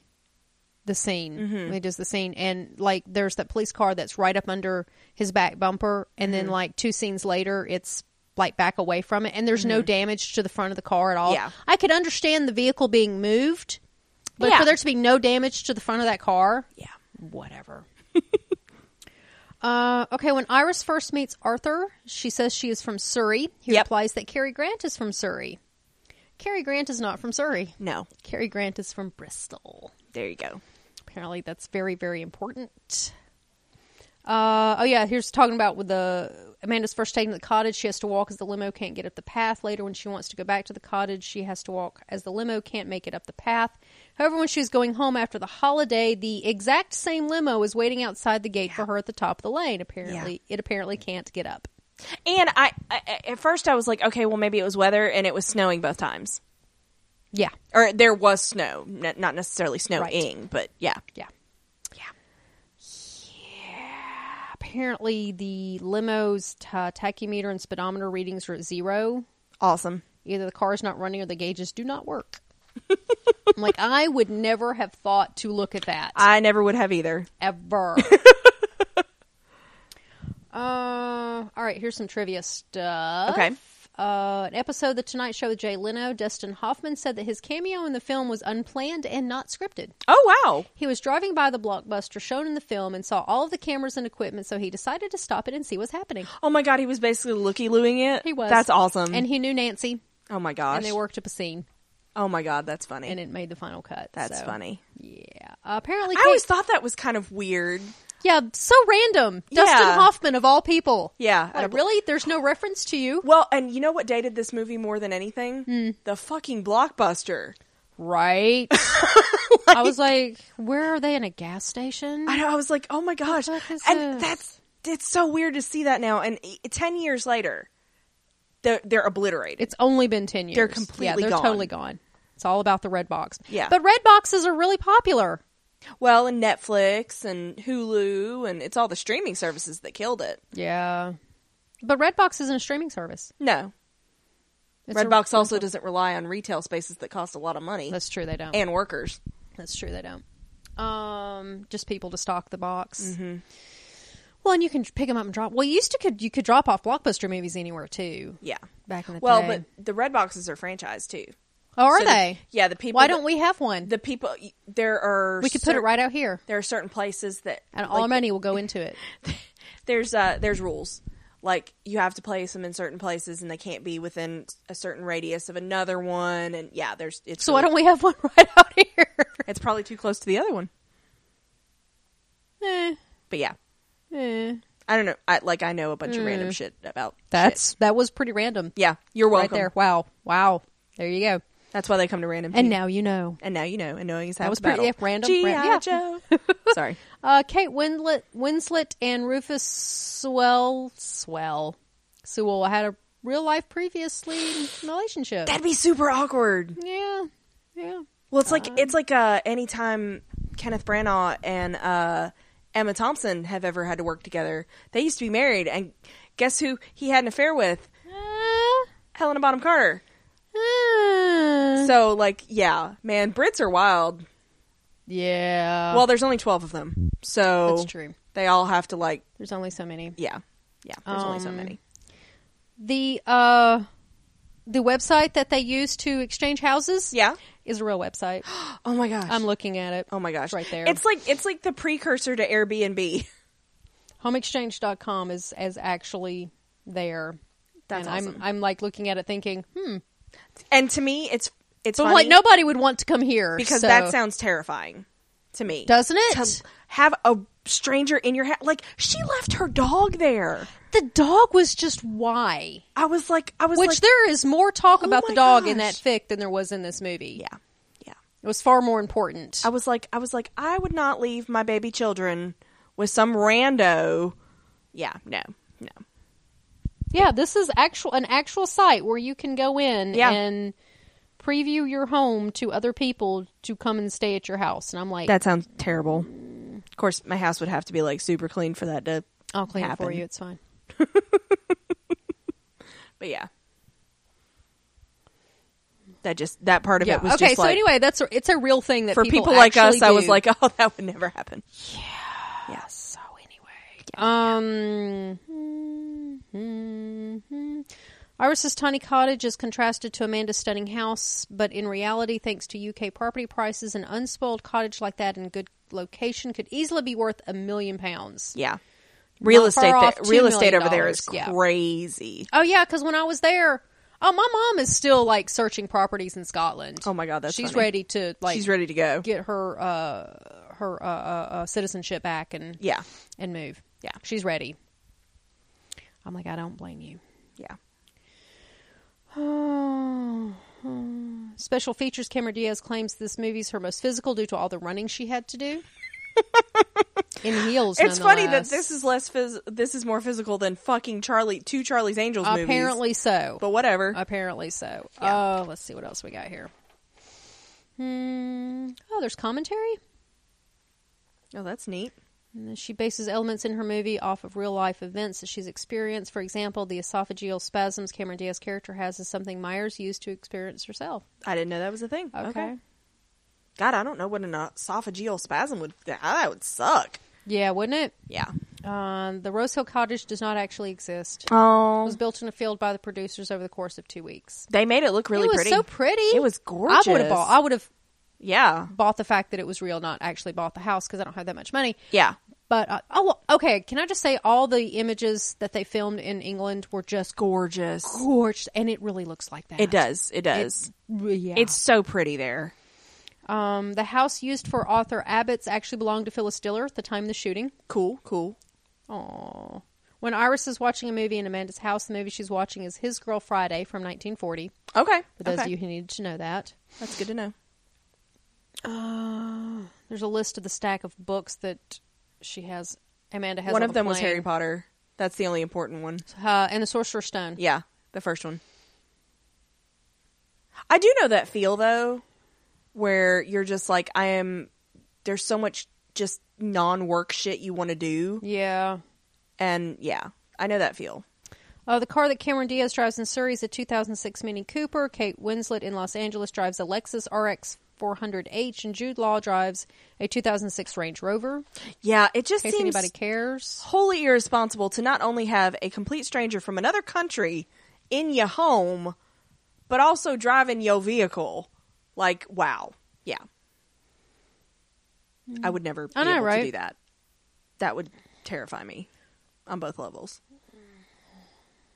B: the scene,
A: Mm-hmm.
B: when he does the scene, and like there's that police car that's right up under his back bumper, and
A: Mm-hmm.
B: then like two scenes later, it's like back away from it, and there's no damage to the front of the car at all.
A: Mm-hmm. Yeah.
B: I could understand the vehicle being moved, but
A: Yeah.
B: for there to be no damage to the front of that car,
A: yeah.
B: whatever. uh, okay, when Iris first meets Arthur, she says she is from Surrey. He
A: Yep.
B: replies that Cary Grant is from Surrey. Cary Grant is not from Surrey.
A: No,
B: Cary Grant is from Bristol.
A: there you go.
B: Apparently, that's very, very important. Uh, oh yeah, here's talking about with the Amanda's first taken to the cottage. She has to walk as the limo can't get up the path. Later, when she wants to go back to the cottage, she has to walk as the limo can't make it up the path. However, when she's going home after the holiday, the exact same limo is waiting outside the gate for her at the top of the lane. Apparently, it apparently can't get up.
A: And I, I at first I was like, okay, well maybe it was weather, and it was snowing both times,
B: Yeah,
A: or there was snow, n- not necessarily snowing, but yeah,
B: yeah, yeah, yeah. Apparently, the limo's t- tachymeter and speedometer readings are at zero.
A: awesome.
B: Either the car's not running or the gauges do not work. [laughs] I'm like, I would never have thought to look at that
A: I never would have either.
B: ever.
A: [laughs]
B: uh, all right, here's some trivia stuff.
A: Okay.
B: Uh, an episode of The Tonight Show with Jay Leno, Dustin Hoffman said that his cameo in the film was unplanned and not scripted.
A: Oh wow,
B: He was driving by the blockbuster shown in the film and saw all of the cameras and equipment, so he decided to stop it and see what's happening.
A: oh my god, he was basically looky looing it.
B: He was.
A: That's awesome.
B: And he knew Nancy,
A: oh my Um, gosh,
B: and they worked up a scene,
A: oh my god, that's funny.
B: and it made the final cut.
A: that's
B: so.
A: funny.
B: Yeah. Uh, apparently,
A: I
B: Kate-
A: always thought that was kind of weird.
B: yeah, so random. Dustin
A: Yeah.
B: Hoffman of all people.
A: Yeah.
B: Like, really? There's no reference to you?
A: Well, and you know what dated this movie more than anything?
B: Hmm.
A: The fucking blockbuster. [laughs]
B: Right. I was like, where are they in a gas station?
A: I know. I was like, oh my gosh,
B: fuck is
A: and
B: this?
A: that's it's so weird to see that now. And i- ten years later, they're they're obliterated.
B: It's only been 10 years.
A: They're completely
B: yeah, they're
A: gone.
B: totally gone. It's all about the red box.
A: Yeah.
B: But red boxes are really popular.
A: well, and Netflix and Hulu, and it's all the streaming services that killed it.
B: Yeah. But Redbox isn't a streaming service.
A: No,
B: It's a-
A: Redbox also doesn't rely on retail spaces that cost a lot of money
B: That's true, they don't.
A: and workers.
B: That's true. They don't. Um, just people to stock the box.
A: Mm-hmm.
B: Well, and you can pick them up and drop. Well, you used to could you could drop off blockbuster movies anywhere too.
A: Yeah.
B: Back in the
A: Well,
B: day.
A: but the red boxes are franchised too.
B: oh, are
A: So the-
B: they?
A: yeah, the people.
B: Why
A: that-
B: don't we have one?
A: the people there are
B: we could put it
A: cer-
B: right out here,
A: there are certain places that
B: and all our
A: like,
B: money will go into
A: [laughs]
B: it.
A: there's uh there's rules like you have to place them in certain places and they can't be within a certain radius of another one and yeah there's it's
B: So why don't we have one [laughs] right out
A: [laughs]
B: here?
A: it's probably too close to the other one
B: Eh,
A: but yeah
B: eh.
A: i don't know i like i know a bunch of random shit about
B: That's that was pretty random.
A: shit. yeah you're
B: Mm. right
A: welcome
B: there. Wow, wow. There you go.
A: that's why they come to random
B: And
A: Pete.
B: now you know.
A: and now you know and knowing is half
B: was
A: the
B: pretty-
A: battle.
B: yeah, random,
A: G.I.
B: ran- yeah. [laughs]
A: Joe. sorry
B: Uh, Kate Winslet, Winslet and Rufus Swell, Swell, Sewell had a real life previously relationship.
A: that'd be super awkward
B: [laughs] yeah, yeah.
A: Well, it's like it's like uh, anytime Kenneth Branagh and uh, Emma Thompson have ever had to work together. They used to be married, and guess who he had an affair with? Helena Bonham Carter. So, like, yeah, man, Brits are wild.
B: yeah.
A: Well, there's only twelve of them, so
B: that's true.
A: They all have to like,
B: There's only so many.
A: yeah, yeah. There's only so
B: Um,
A: many.
B: The uh, the website that they use to exchange houses
A: Yeah.
B: is a real [gasps] website.
A: Oh my gosh.
B: I'm looking at it.
A: oh my gosh.
B: It's right there.
A: It's like it's like the precursor to Airbnb. [laughs]
B: homeexchange.com is is actually there.
A: That's
B: and I'm
A: awesome.
B: I'm like looking at it thinking, hmm.
A: And to me, it's it's
B: But
A: funny
B: like nobody would want to come here
A: because
B: so-
A: that sounds terrifying to me.
B: doesn't it?
A: to have a stranger in your house. Like she left her dog there.
B: the dog was just why?
A: I was like, I was
B: Which
A: like,
B: there is more talk about
A: my
B: the dog in that
A: gosh.
B: fic than there was in this movie.
A: yeah, yeah.
B: It was far more important.
A: I was like, I was like, I would not leave my baby children with some rando. Yeah, no, no.
B: yeah, this is actual an actual site where you can go in
A: Yeah.
B: and preview your home to other people to come and stay at your house. And I'm like,
A: That sounds terrible. Of course, my house would have to be like super clean for that to.
B: I'll clean it for
A: happen.
B: you. It's fine.
A: But yeah, that just that part of it was
B: okay.
A: just
B: so
A: like
B: anyway, that's a- it's a real thing that
A: for
B: people,
A: people, like us.
B: actually
A: I was
B: do.
A: like, [laughs] oh, that would never happen. Yeah. Yes.
B: So anyway, um, mhm. Iris's tiny cottage is contrasted to Amanda's stunning house, but in reality, thanks to UK property prices, an unspoiled cottage like that in good location could easily be worth a million pounds.
A: Yeah. Real
B: far
A: estate,
B: off
A: th-
B: $2
A: real estate over there is
B: million, yeah.
A: crazy.
B: Oh yeah, because when I was there, oh my mom is still like searching properties in Scotland.
A: Oh my God, that's
B: she's
A: funny.
B: ready to like
A: She's ready to go.
B: get her uh her uh, uh, uh citizenship back and
A: Yeah,
B: and move.
A: Yeah.
B: She's ready. I'm like, I don't blame you.
A: yeah.
B: [sighs] Special features Cameron Diaz claims this movie's her most physical due to all the running she had to
A: [laughs]
B: do. In heels.
A: It's funny that
B: nonetheless.
A: this is less phys- this is more physical than fucking Charlie two Charlie's Angels movies.
B: apparently so.
A: But whatever.
B: Apparently so. Oh, let's see what else we got here. Hmm. Oh, there's commentary.
A: oh, that's neat.
B: And then She bases elements in her movie off of real life events that she's experienced. For example, the esophageal spasms Cameron Diaz's character has is something Myers used to experience herself.
A: I didn't know that was a thing.
B: Okay.
A: Okay. God, I don't know what an esophageal spasm would. That would suck.
B: Yeah, wouldn't it?
A: Yeah.
B: Um, the Rose Hill Cottage does not actually exist. It
A: Oh,
B: was built in a field by the producers over the course of two weeks.
A: they made it look really
B: it was
A: pretty.
B: so pretty.
A: It was
B: I would have
A: gorgeous.
B: bought. I would have
A: yeah.
B: bought the fact that it was real, not actually bought the house because I don't have that much money.
A: Yeah.
B: But uh, oh, well, okay. Can I just say all the images that they filmed in England were just
A: Gorgeous.
B: gorgeous, and it really looks like that.
A: It does. It does.
B: Yeah.
A: it's so pretty there.
B: Um, the house used for Arthur Abbott's actually belonged to Phyllis Diller at the time of the shooting.
A: Cool. Cool.
B: Aww. When Iris is watching a movie in Amanda's house, the movie she's watching is His Girl Friday from 1940.
A: Okay.
B: For those of
A: Okay.
B: you who needed to know that,
A: That's good to know.
B: Uh, there's a list of the stack of books that she has. Amanda has
A: one
B: on
A: of
B: the
A: them was
B: plane.
A: Harry Potter. That's the only important one.
B: uh, and the Sorcerer's Stone.
A: Yeah, the first one. I do know that feel though, where you're just like, I am. There's so much just non-work shit you want to do,
B: Yeah.
A: and yeah, I know that feel.
B: Uh, the car that Cameron Diaz drives in Surrey is a 2006 Mini Cooper. Kate Winslet in Los Angeles drives a Lexus RX 400H, and Jude Law drives a 2006 Range Rover.
A: Yeah, it just
B: In case
A: seems
B: anybody cares.
A: wholly irresponsible to not only have a complete stranger from another country in your home, but also driving your vehicle. Like, wow, yeah. I would never be
B: I know,
A: able
B: right?
A: to do that. That would terrify me on both levels.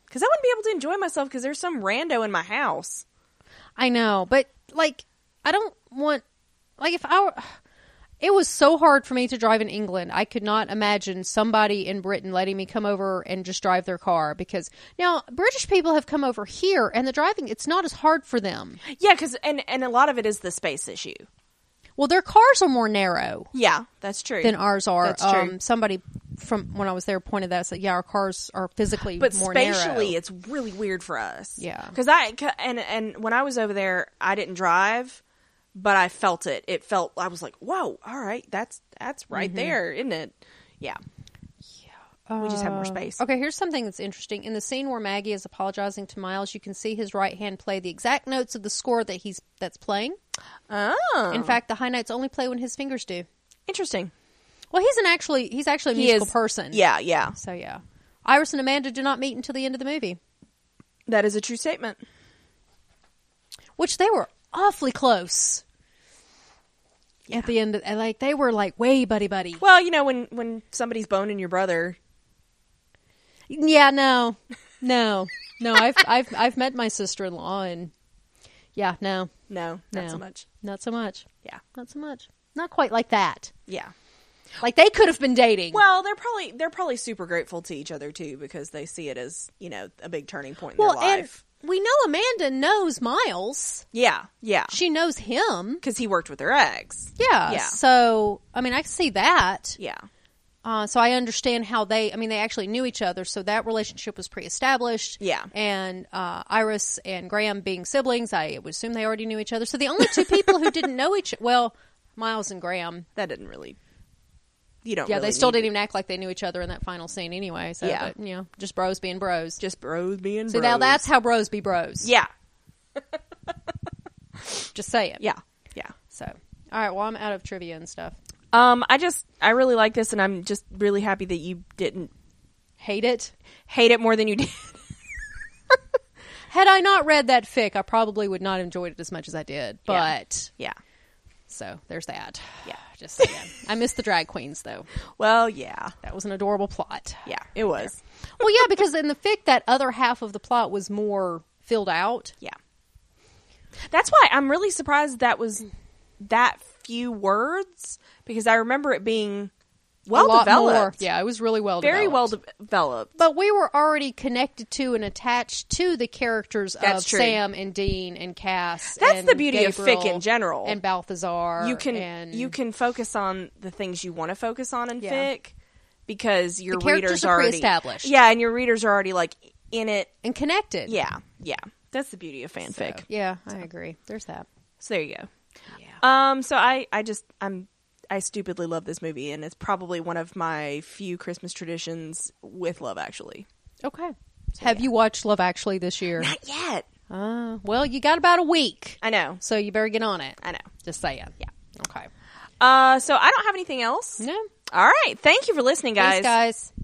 A: Because I wouldn't be able to enjoy myself because there's some rando in my house.
B: I know, but like, I don't want like if I were. It was so hard for me to drive in England. I could not imagine somebody in Britain letting me come over and just drive their car because now British people have come over here and the driving it's not as hard for them.
A: Yeah, because and and a lot of it is the space issue.
B: Well, their cars are more narrow.
A: Yeah, that's true.
B: than ours are.
A: That's true.
B: Um, somebody from when I was there pointed that out, said, "Yeah, our cars are physically
A: but
B: more
A: spatially
B: narrow."
A: it's really weird for us
B: Yeah.
A: because i c- and and when i was over there i didn't drive but I felt it. It felt I was like, whoa, all right, that's that's right
B: Mm-hmm.
A: there, isn't it? Yeah. We just
B: Uh,
A: have more space.
B: Okay, here's something that's interesting. In the scene where Maggie is apologizing to Miles, you can see his right hand play the exact notes of the score that he's that's playing.
A: Oh,
B: In fact, the high notes only play when his fingers do.
A: interesting.
B: Well, he's an actually he's actually a musical person.
A: Yeah, yeah.
B: So yeah, Iris and Amanda do not meet until the end of the movie,
A: That is a true statement.
B: which they were awfully close. At the end, of, like they were like way buddy buddy.
A: Well, you know when when somebody's boning your brother,
B: Yeah, no, no, no. I've I've I've met my sister in law, and yeah, no,
A: no, not
B: No.
A: so much.
B: not so much,
A: Yeah,
B: not so much, not quite like that.
A: yeah.
B: Like they could have been dating.
A: Well, they're probably they're probably super grateful to each other too because they see it as you know a big turning point in
B: well,
A: their life.
B: and we know Amanda knows Miles.
A: yeah, yeah.
B: She knows him.
A: Because he worked with her ex.
B: Yeah.
A: Yeah.
B: So I mean, I can see that.
A: Yeah,
B: Uh, so I understand how they. I mean, they actually knew each other, so that relationship was pre-established.
A: Yeah.
B: And uh, Iris and Graham being siblings, I would assume they already knew each other. So the only two people who didn't know each [laughs] well, Miles and Graham.
A: that didn't really. You don't.
B: Yeah,
A: really
B: they still
A: need
B: didn't even act like they knew each other in that final scene anyway. So
A: Yeah.
B: yeah, you know, just bros being bros.
A: just bros being.
B: so
A: bros.
B: now that's how bros be bros.
A: yeah,
B: Just saying.
A: yeah, yeah.
B: So all right, well I'm out of trivia and stuff.
A: Um, I just I really like this, and I'm just really happy that you didn't
B: Hate it.
A: hate it more than you did. [laughs]
B: Had I not read that fic, I probably would not have enjoyed it as much as I did.
A: Yeah.
B: But
A: yeah.
B: so there's that.
A: Yeah.
B: Just saying. [laughs] I miss the drag queens though.
A: Well, yeah,
B: That was an adorable plot.
A: yeah. It was.
B: Well, yeah, because in the fic, that other half of the plot was more filled out.
A: Yeah. That's why I'm really surprised that was that few words because I remember it being well
B: a lot
A: developed.
B: more. Yeah, it was really well
A: Very
B: developed.
A: well de- developed.
B: But we were already connected to and attached to the characters
A: That's
B: of
A: true.
B: Sam and Dean and Cass.
A: That's
B: and
A: the beauty of
B: Gabriel
A: fic in general.
B: and Balthazar.
A: you can
B: and
A: you can focus on the things you want to focus on in
B: Yeah.
A: fic because your
B: The characters
A: readers
B: are
A: are already
B: pre-established.
A: Yeah, and your readers are already like in it.
B: and connected.
A: Yeah, yeah. That's the beauty of fanfic. So,
B: yeah, I agree. There's that.
A: there you go.
B: Yeah.
A: Um, so I I just I'm I stupidly love this movie, and it's probably one of my few Christmas traditions with Love Actually.
B: Okay. Have you watched Love Actually this year?
A: Not yet.
B: Uh, well, you got about a week,
A: I know.
B: so you better get on it.
A: I know.
B: Just saying. Yeah. Okay.
A: Uh, so I don't have anything else.
B: No.
A: All right. Thank you for listening,
B: Thanks, guys.